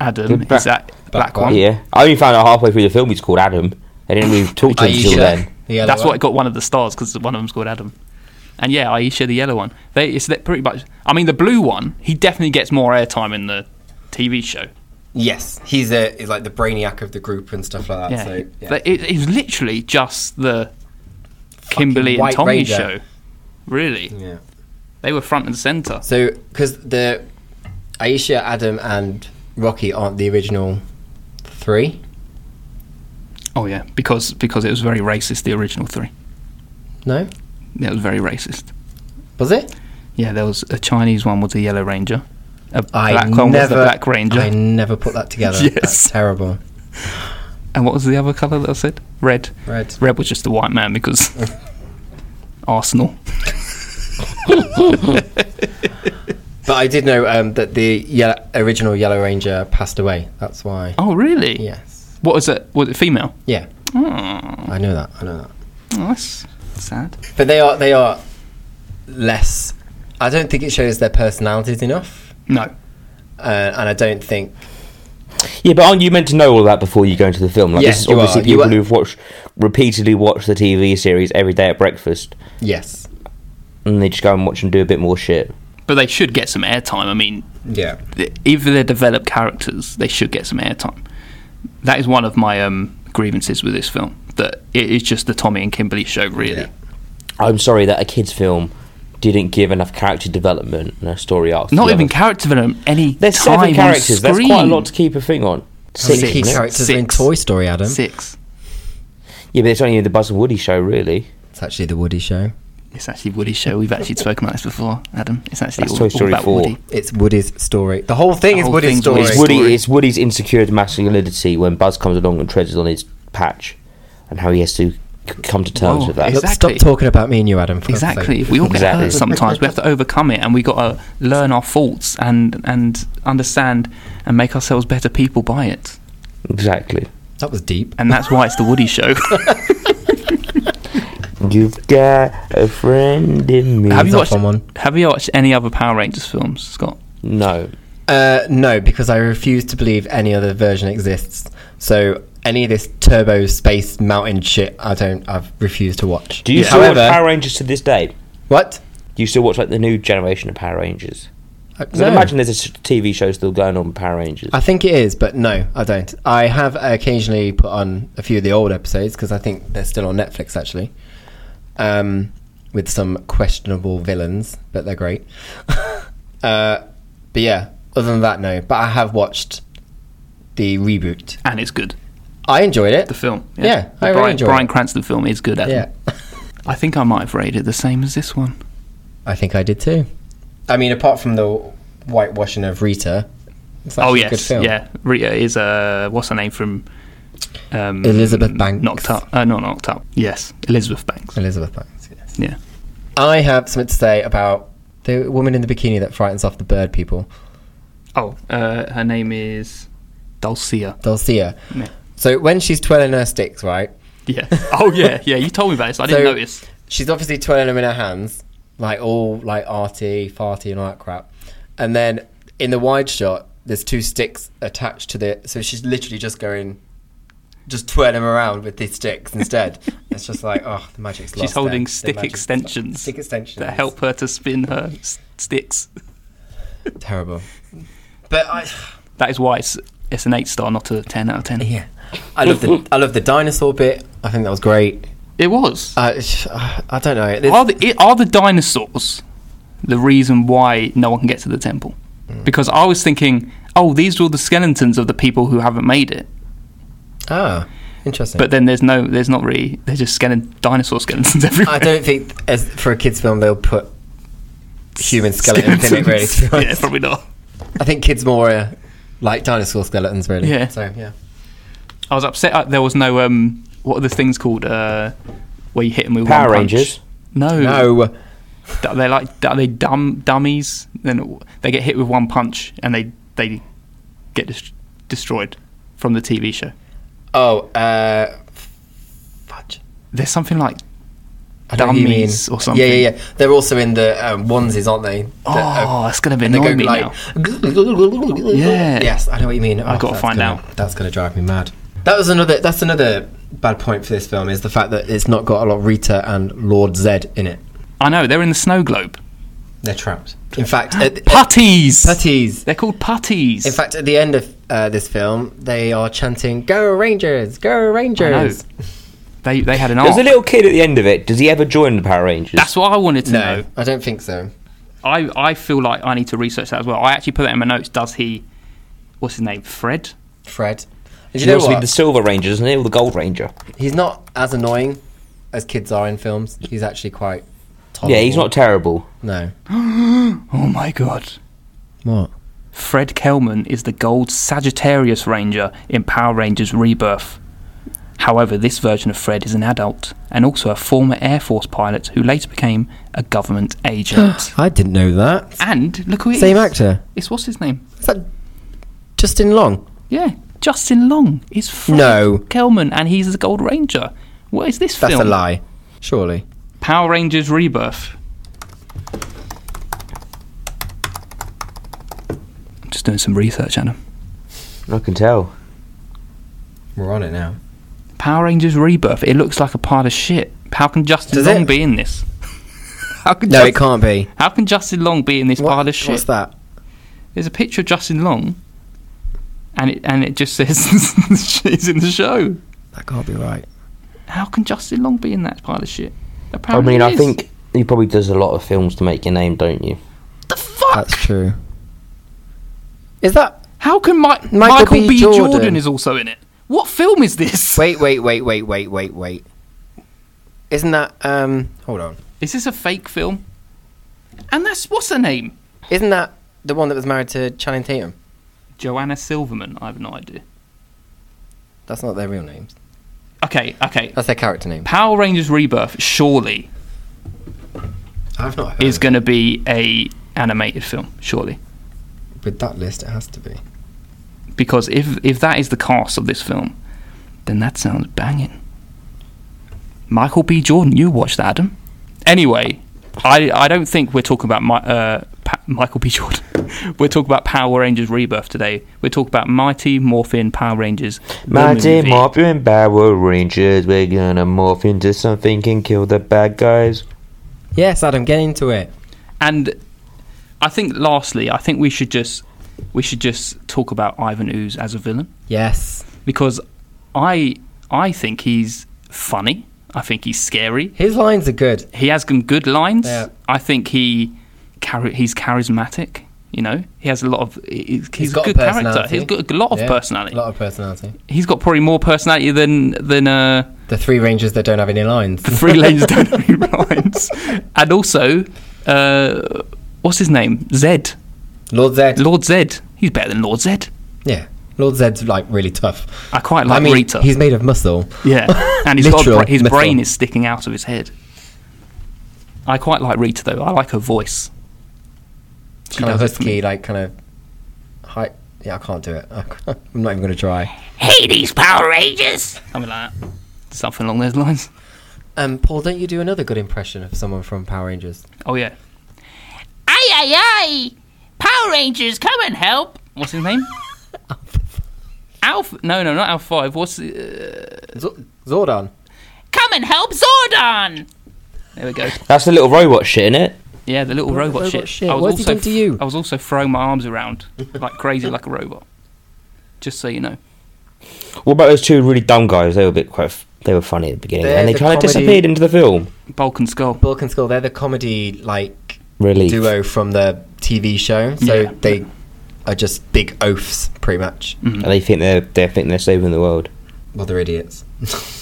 Adam
The black-
is that black,
black
one.
one.
Yeah, I only found out halfway through the film he's called Adam. They didn't really talk to him until
Aisha,
then.
The yellow
That's
one.
what got one of the stars because one of them's called Adam. And yeah, Aisha, the yellow one. They it's that pretty much. I mean, the blue one, he definitely gets more airtime in the TV show.
Yes, he's a he's like the brainiac of the group and stuff like that.
Yeah.
So yeah.
But It, it was literally just the Kimberly and
White
Tommy
Ranger.
show. Really?
yeah.
They were front and centre.
So because the Aisha, Adam, and Rocky aren't the original three.
Oh yeah, because because it was very racist, the original three.
No,
It was very racist.
was it?
Yeah, there was a Chinese one was the Yellow Ranger. A
I
black
never.
one was the Black Ranger.
I never put that together.
Yes.
That's terrible.
And what was the other colour that I said? Red.
Red.
Red was just the white man because Arsenal.
But I did know um, that the ye- original Yellow Ranger passed away. That's why.
Oh really?
Yes.
What was it? Was it female?
Yeah.
Oh,
I know that. I know that.
that's sad.
But they are they are less. I don't think it shows their personalities enough,
No.
uh, and I don't think
Yeah, but aren't you meant to know all that before you go into the film? Like,
Yeah,
this is
you
obviously
are. You
people
are-
who've watched repeatedly watched the TV series every day at breakfast,
yes.
and they just go and watch and do a bit more shit.
But they should get some airtime. I mean,
Yeah.
if they develop characters, they should get some airtime. That is one of my um, grievances with this film. That it is just the Tommy and Kimberly show, really.
Yeah.
I'm sorry that a kids' film didn't give enough character development and a story arc. to
Not
the
even
other-
character development. Any
There's
time
seven characters.
On
That's
screen.
quite a lot to keep a thing on.
Six,
Six.
key
isn't it?
characters are in
Six.
Toy Story, Adam.
Six.
Yeah, but it's only the Buzz and Woody show, really.
It's actually the Woody Show.
It's actually Woody's show. We've actually spoken about this before, Adam. It's actually
That's
all,
Toy
all
Story
about
4.
Woody.
It's Woody's story. The whole thing
The
is
whole
Woody's
thing's
story.
Woody's
It's
story.
Woody. It's Woody's insecure masculinity when Buzz comes along and treads on his patch, and how he has to c- come to terms
Whoa,
with that.
it's-
Look,
Exactly.
Stop talking about me and you, Adam. for fuck's sake.
Exactly. We all get
Exactly.
hurt sometimes. We have to overcome it, and we got to learn our faults and and understand and make ourselves better people by it.
Exactly.
That was deep.
And that's why it's the Woody Show.
You've got a friend in me.
have you
That's
watched
fun one.
Have you watched any other Power Rangers films, Scott?
No.
Uh, no, because I refuse to believe any other version exists. So any of this turbo space mountain shit, I don't. I've refused to watch.
Do you still
However,
watch Power Rangers to this day?
what?
Do you still watch like the new generation of Power Rangers?
I,
'Cause I'd imagine there's a s- TV show still going on with Power Rangers.
I think it is, but no, I don't. I have occasionally put on a few of the old episodes because I think they're still on Netflix actually, um, with some questionable villains, but they're great. uh, but yeah, other than that, no. But I have watched the reboot.
And it's good.
I enjoyed it.
The film.
Yeah,
The
I really
Brian,
enjoyed
Brian
it.
Cranston film is good. Adam.
Yeah,
I think I might have rated it the same as this one.
I think I did too. I mean, apart from the whitewashing of Rita. It's
oh
actually a
yes,
good film.
yeah. Rita is uh, what's her name from um,
Elizabeth Banks.
Knocked up. Uh, not knocked up. Yes, Elizabeth Banks.
Elizabeth Banks. Yes.
Yeah.
I have something to say about the woman in the bikini that frightens off the bird people,
Oh, uh, her name is Dulcia.
Dulcia.
Yeah.
So when she's twirling her sticks, right?
Yeah. Oh yeah, yeah. You told me about this. I didn't
So-
notice.
She's obviously twirling them in her hands, like all like arty, farty, and all that crap. And then in the wide shot, there's two sticks attached to the. So she's literally just going, just twirling them around with these sticks instead. it's just like, oh, the magic's lost.
She's holding
there. The
stick
magic's-
extensions.
Stick extensions
To help her to spin her s- sticks.
Terrible. But I.
That is why it's it's an eight star, not a ten out of ten.
Yeah, I love the I love the dinosaur bit. I think that was great.
It was.
Uh, sh- uh, I don't know. There's-
are the i- are the dinosaurs the reason why no one can get to the temple?
Mm.
Because I was thinking, oh, these are all the skeletons of the people who haven't made it.
ah, interesting.
But then there's no, there's not really. There's just skeleton, dinosaur skeletons everywhere.
I don't think as for a kids film they'll put human skeletons in it. Really, to be honest.
yeah, probably not.
I think kids more uh, like dinosaur skeletons. Really,
Yeah.
So yeah,
I was upset uh, there was no um, what are the things called uh, where you hit them with
Power
one punch?
Rangers?
No,
no, uh,
D- they're like are they dumb dummies? Then they get hit with one punch and they they get dest- destroyed from the TV show.
oh, uh, fudge.
There's something like
I know what you mean.
Dummies or something.
Yeah, yeah, yeah. They're also in the um, onesies, aren't they?
oh, that's gonna be
uh, and they
annoying me
go like,
now.
yeah. Yes, I know what you mean.
I've
Oh,
gotta
that's
find
gonna-
out.
That's going to drive me mad. That was another. That's another bad point for this film is the fact that it's not got a lot of Rita and Lord Zed in it.
I know they're in the snow globe.
They're trapped. In fact, at the-
Putties.
putties.
They're called putties.
In fact, at the end of uh, this film, they are chanting "Go Rangers! Go Rangers!"
they they had an arc.
There's a little kid at the end of it. Does he ever join the Power Rangers?
That's what I wanted to know.
No, I don't think so.
I, I feel like I need to research that as well. I actually put that in my notes. Does he, what's his name, Fred?
Fred, do you
He
know
wants to be
what?
the Silver Ranger, doesn't he? Or the Gold Ranger?
He's not as annoying as kids are in films. He's actually quite. Tolerable.
Yeah, he's not terrible.
no.
Oh my god.
What?
Fred Kelman is the gold Sagittarius Ranger in Power Rangers Rebirth. However, this version of Fred is an adult and also a former Air Force pilot who later became a government agent.
I didn't know that.
and look who it
Same
is.
actor.
It's what's his name?
Is that Justin Long?
Yeah, Justin Long is Fred
No.
Kelman and he's the Gold Ranger. What is this
That's
film?
a lie. Surely.
Power Rangers Rebirth. I'm just doing some research, Adam.
I can tell.
We're on it now.
Power Rangers Rebirth. It looks like a pile of shit. How can Justin
Does
Long
it?
be in this? how can
No,
Justin,
it can't be.
How can Justin Long be in this
What-
pile of shit?
What's that?
There's a picture of Justin Long, and it and it just says he's in the show.
That can't be right.
How can Justin Long be in that pile of shit?
I
Apparently,
mean,
Oh, he
I
is.
think he probably does a lot of films to make your name, don't you?
the fuck.
That's true. Is that?
how can Mi- Michael, B.
B. Jordan.
Jordan is also in it? What film is this?
Wait, wait, wait, wait, wait, wait, wait. Isn't that? Um, hold on.
Is this a fake film? And that's what's her name?
Isn't that the one that was married to Channing Tatum?
Joanna Silverman. I have no idea.
That's not their real names.
Okay, okay.
That's their character name.
Power Rangers Rebirth surely
I've not heard.
is going to be a animated film, surely,
With that list, it has to be.
because if if that is the cast of this film, then that sounds banging. Michael B. Jordan, you watched that, Adam. Anyway, I I don't think we're talking about my, uh, pa- Michael B. Jordan. we're talking about Power Rangers Rebirth today. We're talking about Mighty Morphin Power Rangers. the
Mighty
movie.
Morphin Power Rangers, we're gonna morph into something and kill the bad guys.
Yes, Adam, get into it.
And I think lastly, I think we should just we should just talk about Ivan Ooze as a villain.
Yes.
because I I think he's funny. I think he's scary.
His lines are good.
He has some good lines.
Yeah.
I think he chari- he's charismatic. You know, he has a lot of he- he's, he's a
got a
good character.
personality.
He's got a lot of
Yeah,
personality.
A lot of personality.
He's got probably more personality than than uh,
The three rangers that don't have any lines.
the three lanes down three lines. And also, uh, what's his name? Zed.
Lord Zed.
Lord Zed. He's better than Lord Zed.
yeah. Lord Zed's like really tough.
I quite like
I mean,
Rita.
he's made of muscle.
Yeah, and he's got a
Literal
bra- his
metal.
brain is sticking out of his head. I quite like Rita though. I like her voice. She
kind of
does it for me.
husky, like kind of high. Yeah, I can't do it. I'm not even going to try.
Hey, these Power Rangers!
Something like that. Something along those lines.
Um, Paul, don't you do another good impression of someone from Power Rangers?
Oh yeah.
Aye, aye, aye! Power Rangers, come and help!
What's his name? Alpha. No, no, not Alpha Five. What's the, uh,
Z- Zordon.
Come and help Zordon!
there we go.
That's the little robot shit, innit?
Yeah, the little robot, shit.
shit.
I was
What's he
also
done to you?
I was also throwing my arms around like crazy, like a robot. Just so you know.
What about those two really dumb guys? They were a bit quite. f- They were funny at the beginning,
They're
and they
the
kind of
comedy-
disappeared into the film.
Bulk and Skull.
Bulk and Skull, they're the comedy like
Really,
duo from the TV show. So
Yeah. Mm.
they are just big oafs, pretty much.
And they think they're they think they're saving the world.
Well, they're idiots.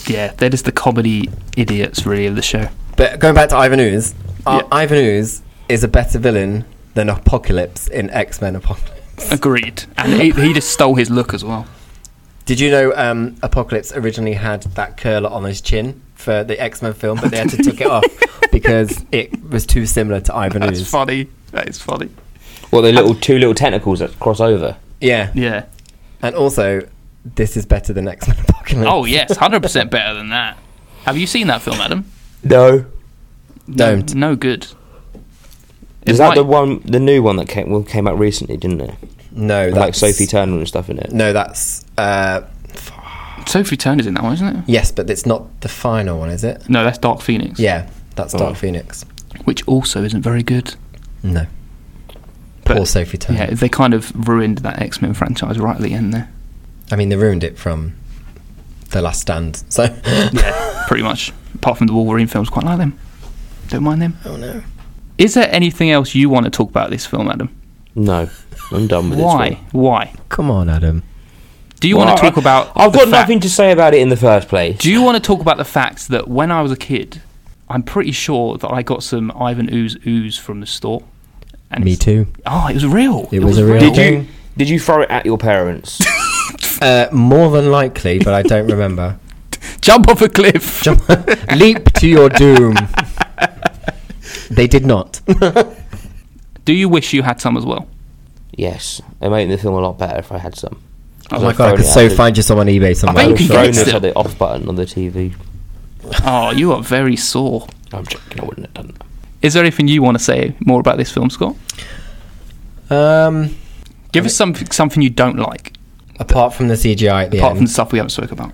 Yeah, they're just the comedy idiots really of the show.
But going back to Ivan Ooze, uh,
Yeah.
Ivan Ooze is a better villain than Apocalypse in X Men Apocalypse.
Agreed. And he, he just stole his look as well.
Did you know um, Apocalypse originally had that curler on his chin for the X Men film, but they had to took it off because it was too similar to Ivan
That's
Ooze.
funny. That is funny.
Well, the little two little tentacles that cross over.
Yeah,
Yeah.
and also this is better than X Men Apocalypse.
Oh yes, hundred percent better than that. Have you seen that film, Adam?
No,
Don't.
No good.
is
It's
that
like-
the one, the new one that came well, came out recently, didn't it?
no, that's
Like Sophie Turner and stuff in it.
No, that's uh,
Sophie Turner's in that one, isn't it?
yes, but it's not the final one, is it?
No, that's Dark Phoenix.
Yeah, that's Dark
Oh.
Phoenix.
Which also isn't very good.
No,
But-
poor Sophie Turner.
Yeah, they kind of ruined that X Men franchise right at the end there.
I mean, they ruined it from The Last Stand. So,
Yeah, pretty much. Apart from the Wolverine films, quite like them. Don't mind them.
oh no.
Is there anything else you want to talk about this film, Adam?
No, I'm done with
Why?
this. one.
Why?
Come on, Adam.
Do you
Well,
want to talk
I-
about?
I've
the
got
fact-
nothing to say about it in the first place.
Do you want to talk about the fact that when I was a kid, I'm pretty sure that I got some Ivan Ooze ooze from the store. And
Me
it's-
too.
Oh, it was real.
It was a real
Did you did you throw it at your parents?
Uh, more than likely, but I don't remember.
jump off a cliff?
Jump, leap to your doom. they did not.
Do you wish you had some as well?
yes, it made the film a lot better if I had some.
Oh my god, I could so find you some on eBay
I
I
You
somewhere.
would
can
have
get
thrown
it
it
still.
at the off button on the TV.
Oh, you are very sore.
I'm joking. I wouldn't have done that.
Is there anything you want to say more about this film, Scott?
Um,
Give us some, something you don't like,
apart from the CGI at the
apart
end,
from the stuff we haven't spoke about,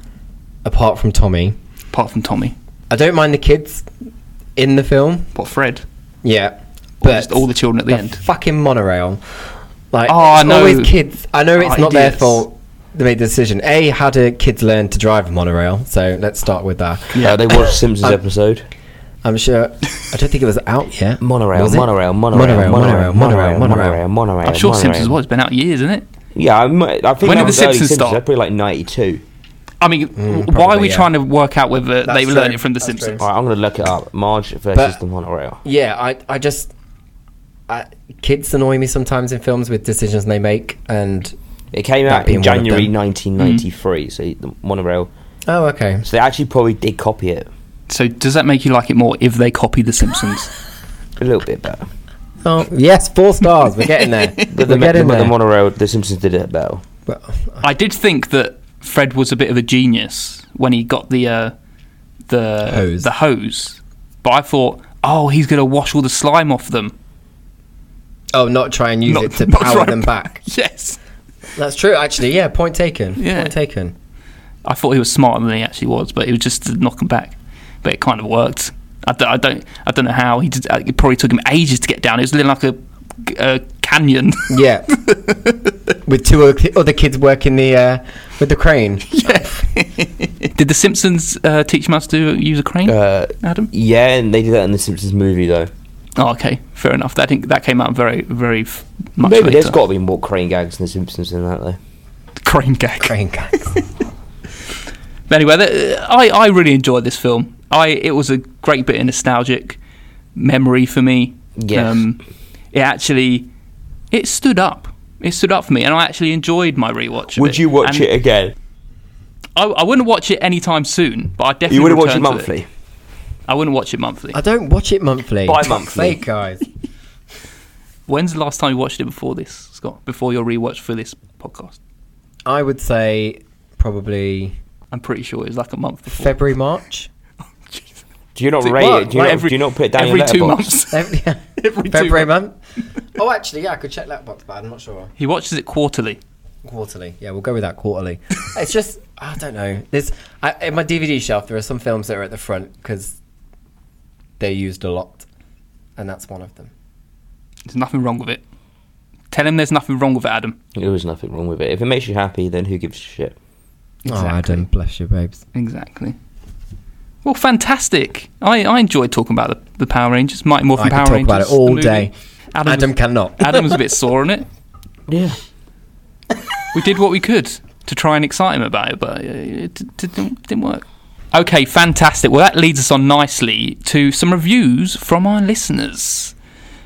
apart from Tommy,
apart from Tommy,
I don't mind the kids in the film.
what Fred,
Yeah,
or
but
just all the children at the, end.
fucking monorail. Like,
Oh, I
it's
know.
always kids. I know
Oh,
it's not their
idiots.
fault. They made the decision. A, how do kids learn to drive a monorail? So let's start with that.
Yeah.
Yeah, Uh, they watched
Uh,
Simpsons episode.
I'm sure. I don't think it was out yet.
Monorail,
Was it?
monorail, monorail,
monorail, monorail, monorail, monorail.
monorail.
I'm sure
monorail.
Simpsons was. It's been out years, isn't it?
Yeah, I, mi- I
When did The
think that was early
Simpsons
Simpsons.
start?
That's probably like '92.
I mean, w why are we
Mm, probably, yeah.
trying to work out whether they
true.
learned it from The
That's
Simpsons?
true.
All right, I'm going to look it up. Marge versus
But-
the monorail.
Yeah, I, I just. I, kids annoy me sometimes in films with decisions they make, and.
It came
That
out in
being one of
January
them.
1993, so the monorail.
Oh, okay.
So they actually probably did copy it
So does that make you like it more if they copy The Simpsons?
a little bit better.
Oh, yes, four stars. We're getting there.
But
We're
the,
getting
the, the
there. uh,
monorail, The Simpsons did it better.
Well,
I did think that Fred was a bit of a genius when he got the uh, the
Hose.
the hose, but I thought, oh, he's going to wash all the slime off them.
Oh, not try and use
Not-
it to
not
power
try-
them back.
Yes,
That's true, actually. Yeah, point taken.
Yeah.
Point taken.
I thought he was smarter than he actually was, but it was just to knock him back. But it kind of worked. I don't, I don't, I don't know how he did. uh, It probably took him ages to get down. It was like a, a canyon.
Yeah. with two o- other kids working the uh, with the crane.
did the Simpsons uh, teach him how to use a crane,
Uh,
Adam?
yeah, and they did that in the Simpsons movie though.
Oh, okay, fair enough. That didn't, that came out very, very f- much
Maybe
later.
there's got to be more crane gags in the Simpsons than that though.
crane gag.
Crane guy.
But anyway, th- I, I really enjoyed this film. I it was a great bit of nostalgic memory for me. Um,
Yes.
it actually it stood up. It stood up for me, and I actually enjoyed my rewatch. of
Would you watch
And
it again?
I, I wouldn't watch it anytime soon, but I definitely
You would have watched it
return to
monthly.
I wouldn't watch it monthly.
I don't watch it monthly.
Bi-monthly.
Fake guys.
When's the last time you watched it before this, Scott? Before your rewatch for this podcast?
I would say probably
I'm pretty sure it was like a month before.
February, March.
Do you not
Well,
rate it? Do you,
like
not,
every-
do you not put it down
every
in your
two
letterbox?
months?
Every,
Every two
February month. Oh, actually, yeah, I could check that box, but I'm not sure.
He watches it quarterly.
Quarterly. Yeah, we'll go with that quarterly. it's just, I don't know. There's I, In my DVD shelf, there are some films that are at the front because they're used a lot, and that's one of them.
There's nothing wrong with it. Tell him there's nothing wrong with it, Adam.
There was nothing wrong with it. If it makes you happy, then who gives a shit?
Oh, Adam, bless you, babes.
Exactly. Well, fantastic. I, I enjoyed talking about the, the Power Rangers, Mighty Morphin
I could
Power
talk
Rangers.
about it all
the movie.
day.
Adam,
Adam
was,
cannot.
Adam was a bit sore on it.
Yeah.
We did what we could to try and excite him about it, but uh, it d- d- didn't, didn't work. Okay, fantastic. Well, that leads us on nicely to some reviews from our listeners.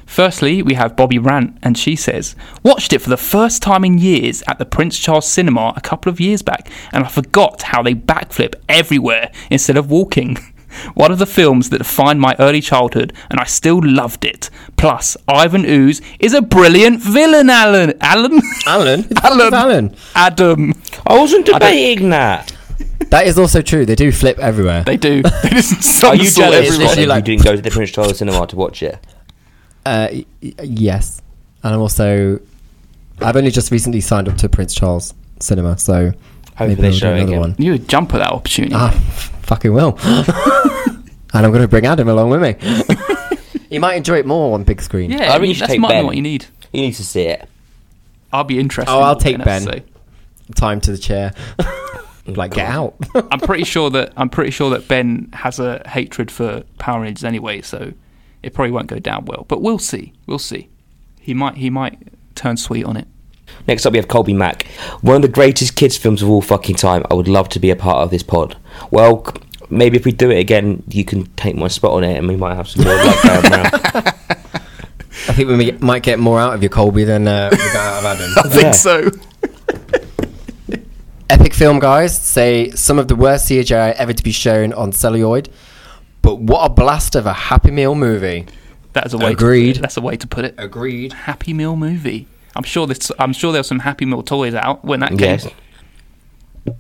Firstly, we have Bobby Rant, and she says, Watched it for the first time in years at the Prince Charles Cinema a couple of years back, and I forgot how they backflip everywhere instead of walking. One of the films that defined my early childhood, and I still loved it. Plus, Ivan Ooze is a brilliant villain, Alan. Alan?
Alan?
Alan.
Alan.
Adam.
I wasn't debating that.
That is also true. They do flip everywhere.
They do. They just
Are you
somersault
jealous
everywhere.
Scott, that
literally like-
you didn't go to the Prince Charles Cinema to watch it?
Uh, y- y- yes, and I'm also. I've only just recently signed up to Prince Charles Cinema, so
Hopefully they
I'll do
show it
another
again.
one.
You would jump at that opportunity.
Ah, f- fucking will. and I'm going to bring Adam along with me. you might enjoy it more on big screen.
yeah,
I mean, you should
that's
take
might be
Ben.
what you need.
You need to see it.
I'll be interested.
Oh,
in
I'll
what
take
Ben has to
Ben.
say.
Time to the chair. like, get out.
I'm pretty sure that I'm pretty sure that Ben has a hatred for Power Rangers anyway, so it probably won't go down well. But we'll see. We'll see. He might he might turn sweet on it.
Next up, we have Colby Mack. One of the greatest kids' films of all fucking time. I would love to be a part of this pod. Well, c- maybe if we do it again, you can take my spot on it and we might have some more luck going around.
I think we may- might get more out of your Colby than uh, we got out of Adam.
I think
Yeah.
so.
Epic film guys say some of the worst CGI ever to be shown on celluloid, but what a blast of a Happy Meal movie.
That's a way.
Agreed.
To, that's a way to put it.
Agreed.
Happy Meal movie. I'm sure this. I'm sure there were some Happy Meal toys out when that came.
Yes.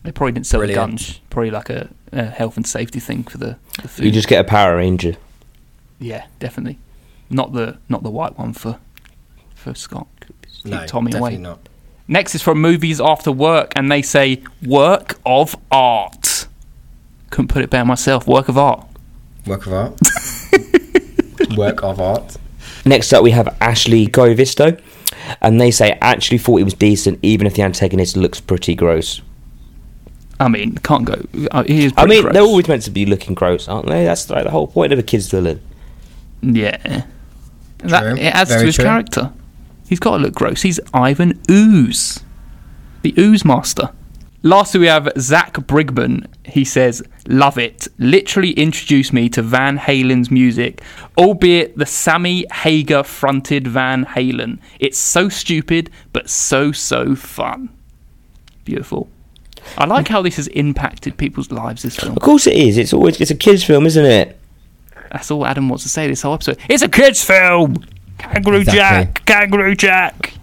They probably didn't sell the
Brilliant.
guns. Probably like a, a health and safety thing for the, the food.
You just get a Power Ranger.
Yeah, definitely. Not the not the white one for for Scott. Keep
No,
Tommy
definitely
away.
not.
Next is from movies after work, and they say work of art. Couldn't put it better myself. Work of art.
Work of art. Work of art.
Next up, we have Ashley Govisto, and they say actually thought it was decent, even if the antagonist looks pretty gross.
I mean, can't go. uh, He is
I
pretty
mean,
gross.
they're always meant to be looking gross, aren't they? That's like the whole point of a kid's villain.
yeah. That, it adds
very
to his
true.
character. He's got to look gross. He's Ivan Ooze, the Ooze Master. Lastly, we have Zach Brigman. He says, Love it. Literally introduced me to Van Halen's music, albeit the Sammy Hager fronted Van Halen. It's so stupid, but so, so fun. Beautiful. I like how this has impacted people's lives, this film.
Of course it is. It's always it's a kids' film, isn't it?
That's all Adam wants to say this whole episode. It's a kids' film! Kangaroo
Exactly.
Jack! Kangaroo Jack!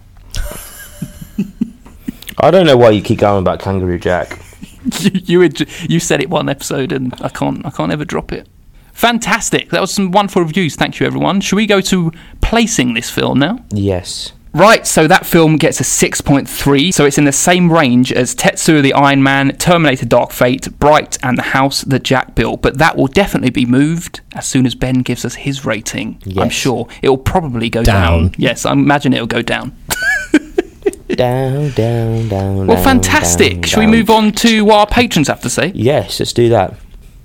I don't know why you keep going about Kangaroo Jack.
you you, would, you said it one episode, and I can't I can't ever drop it. Fantastic! That was some wonderful reviews. Thank you, everyone. Should we go to placing this film now?
Yes.
Right, so that film gets a 6.3, so it's in the same range as Tetsuo the Iron Man, Terminator Dark Fate, Bright, and The House that Jack Built, but that will definitely be moved as soon as Ben gives us his rating. I'm
Yes.
sure. It'll probably go down.
Down.
Yes, I imagine it'll go down.
down, down, down.
Well,
down,
fantastic.
down,
Should we
down.
move on to what our patrons have to say?
Yes, let's do that.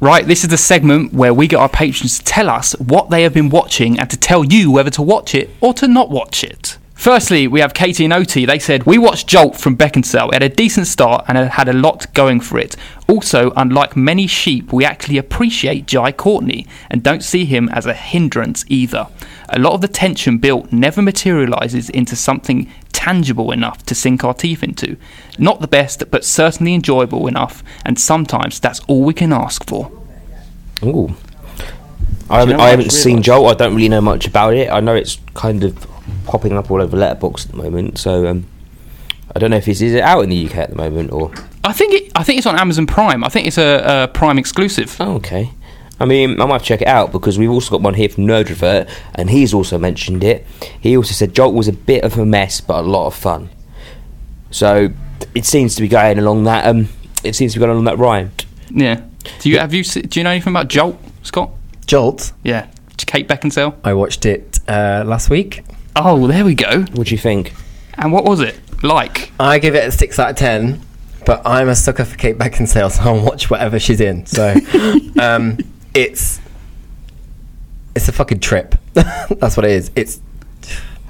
Right, this is the segment where we get our patrons to tell us what they have been watching and to tell you whether to watch it or to not watch it. Firstly, we have Katie and Oti. They said, We watched Jolt from Beckinsale. It had a decent start and it had a lot going for it. Also, unlike many sheep, we actually appreciate Jai Courtney and don't see him as a hindrance either. A lot of the tension built never materialises into something tangible enough to sink our teeth into. Not the best, but certainly enjoyable enough, and sometimes that's all we can ask for.
Ooh. I haven't, I haven't seen Joel. I don't really know much about it. I know it's kind of popping up all over Letterbox at the moment. So um, I don't know if it's is it out in the UK at the moment or.
I think it, I think it's on Amazon Prime. I think it's a, a Prime exclusive.
Oh, okay. I mean, I might have to check it out because we've also got one here from Nerdrovert, and he's also mentioned it. He also said Jolt was a bit of a mess, but a lot of fun. So it seems to be going along that. Um, it seems to be going along that rhyme.
Yeah. Do you have you se- do you know anything about Jolt Scott?
Jolt.
Yeah. Kate Beckinsale.
I watched it uh, last week.
Oh, there we go.
What do you think?
And what was it like?
I give it a six out of ten, but I'm a sucker for Kate Beckinsale, so I'll watch whatever she's in. So um, it's it's a fucking trip. That's what it is. It's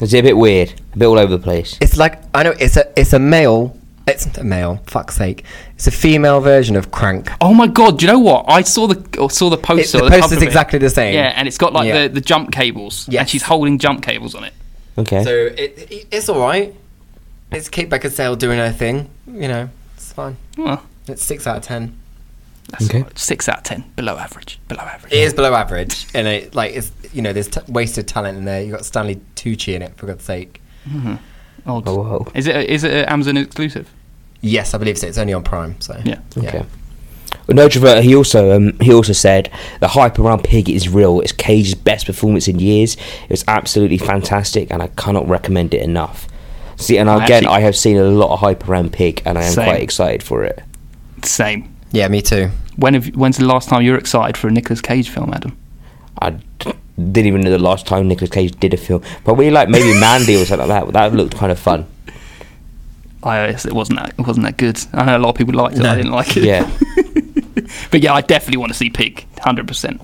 Is it a bit weird? A bit all over the place.
it's like I know it's a it's a male. It's not a male. Fuck's sake. It's a female version of Crank.
Oh my god! Do you know what? I saw the or saw the poster.
It's, the
or cover
poster's
of it.
exactly the same.
Yeah, and it's got like
Yeah.
the, the jump cables, and
Yes.
she's holding jump cables on it.
Okay.
So it, it it's all right. It's Kate Beckinsale doing her thing. You know, it's fine.
Well,
It's six out of ten.
that's
Okay.
alright. six out of ten, below average, below average.
It is below average, and it like it's you know there's t- wasted talent in there. You have got Stanley Tucci in it for God's sake.
Oh,
oh, whoa.
Is it a, is it a Amazon exclusive?
Yes, I believe so. It's only on Prime, so
Yeah.
Okay. Well, no Travert, he also um, he also said the hype around Pig is real. It's Cage's best performance in years. It was absolutely fantastic, and I cannot recommend it enough. See, and
I
again,
actually-
I have seen a lot of hype around Pig, and I am
Same.
quite excited for it.
Same.
Yeah, me too.
When have, when's the last time you were excited for a Nicolas Cage film, Adam?
I d- didn't even know the last time Nicolas Cage did a film, but we like maybe Mandy or something like that. That looked kind of fun.
I it wasn't that it wasn't that good. I know a lot of people liked it. I didn't like it.
Yeah.
but yeah, I definitely want to see Pig, hundred percent.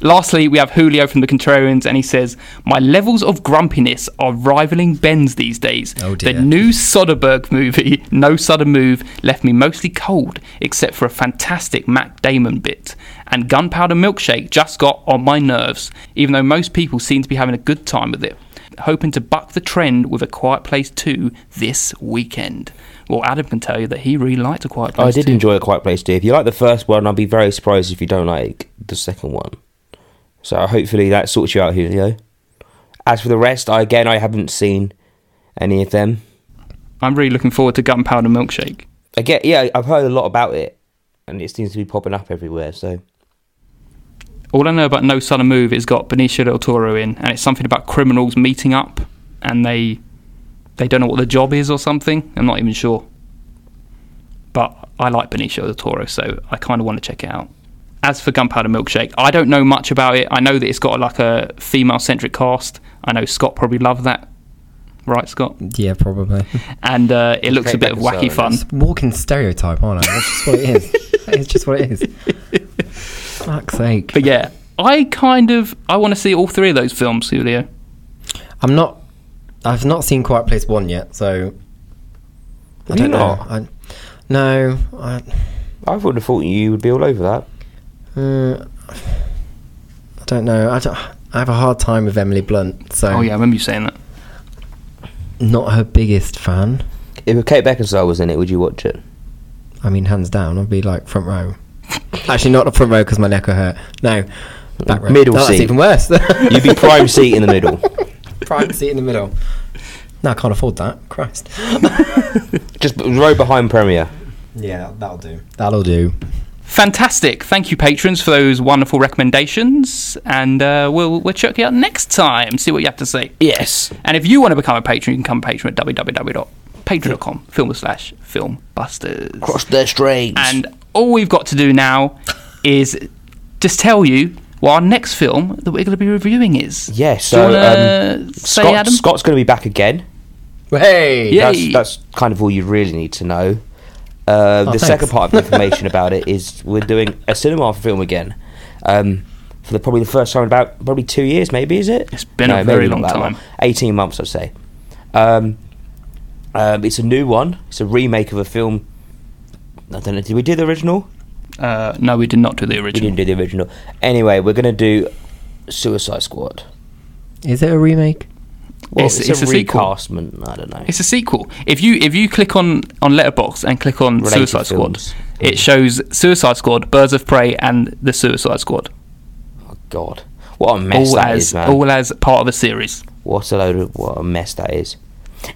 Lastly, we have Julio from the Contrarians, and he says, "My levels of grumpiness are rivaling Ben's these days.
Oh, dear.
The new Soderbergh movie, No Sudden Move, left me mostly cold, except for a fantastic Matt Damon bit. And Gunpowder Milkshake just got on my nerves, even though most people seem to be having a good time with it. Hoping to buck the trend with A Quiet Place 2 this weekend." Well, Adam can tell you that he really liked A Quiet
Oh, I
Place.
did
2.
enjoy A Quiet Place too. If you like the first one, I'll be very surprised if you don't like the second one. So hopefully that sorts you out, Julio. As for the rest, I, again, I haven't seen any of them.
I'm really looking forward to Gunpowder Milkshake.
Again, yeah, I've heard a lot about it, and it seems to be popping up everywhere. So
All I know about No Sudden Move is got Benicio del Toro in, and it's something about criminals meeting up, and they they don't know what the job is or something. I'm not even sure. But I like Benicio del Toro, so I kind of want to check it out. As for Gunpowder Milkshake, I don't know much about it. I know that it's got like a female centric cast. I know Scott probably loved that, right, Scott?
Yeah, probably.
And uh, it looks a
Kate
bit of wacky
Beckinsale,
fun.
It's walking stereotype, aren't I? That's just what it is. it's just what it is. Fuck's sake.
But yeah, I kind of I want to see all three of those films, Julio.
I'm not. I've not seen Quiet Place One yet, so I
you
don't know.
not?
I, No, I,
I would have thought you would be all over that.
uh, I don't know. I, don't, I have a hard time with Emily Blunt, so
Um,
Oh yeah, I remember you saying that.
not her biggest fan.
If Kate Beckinsale was in it, would you watch it?
I mean, hands down, I'd be like front row. Actually, not the front row because my neck will hurt. No, back row.
Middle
no,
seat.
That's even worse.
You'd be prime seat in the middle.
prime seat in the middle. No, I can't afford that. Christ.
Just row behind Premier.
Yeah, that'll do. That'll do.
Fantastic. Thank you, patrons, for those wonderful recommendations. And uh, we'll, we'll check you out next time, see what you have to say.
Yes.
And if you want to become a patron, you can become a patron at www.patreon.com, film slash filmbusters.
Cross their strings.
And all we've got to do now is just tell you what our next film that we're going to be reviewing is.
Yeah,
Do
so, um,
you wanna say,
Scott,
Adam?
Scott's going to be back again.
Hey.
Yeah. Yay.
That's, that's kind of all you really need to know. Uh, the
thanks.
second part of information about it is we're doing a cinema film again. Um, for the, probably the first time in about probably two years, maybe is it?
It's been a
maybe
very
not
long
that
time.
Eighteen months, I'd say. Um, um, it's a new one. It's a remake of a film. I don't know. Did we do the original?
Uh, no, we did not do the
We
original.
didn't do the original. Anyway, we're gonna do Suicide Squad.
Is it a remake?
Well,
It's-
it's,
it's
a,
a sequel.
recastment. I don't know.
It's a sequel. If you if you click on on Letterbox and click on
Related
Suicide
films. Mm.
Squad, it shows Suicide Squad, Birds of Prey, and the Suicide Squad.
oh God, what a mess
All
that
as
is, man.
all as part of a series.
What a load of what a mess that is.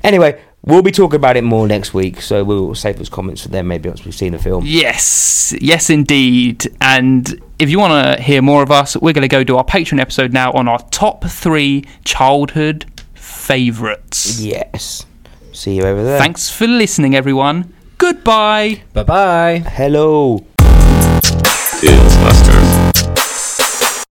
Anyway, we'll be talking about it more next week, so we'll save those comments for them maybe once we've seen the film.
Yes, yes, indeed. And if you want to hear more of us, we're going to go do our Patreon episode now on our top three childhood favourites.
Yes. See you over there.
Thanks for listening, everyone. Goodbye.
Bye bye.
Hello.
It's Buster.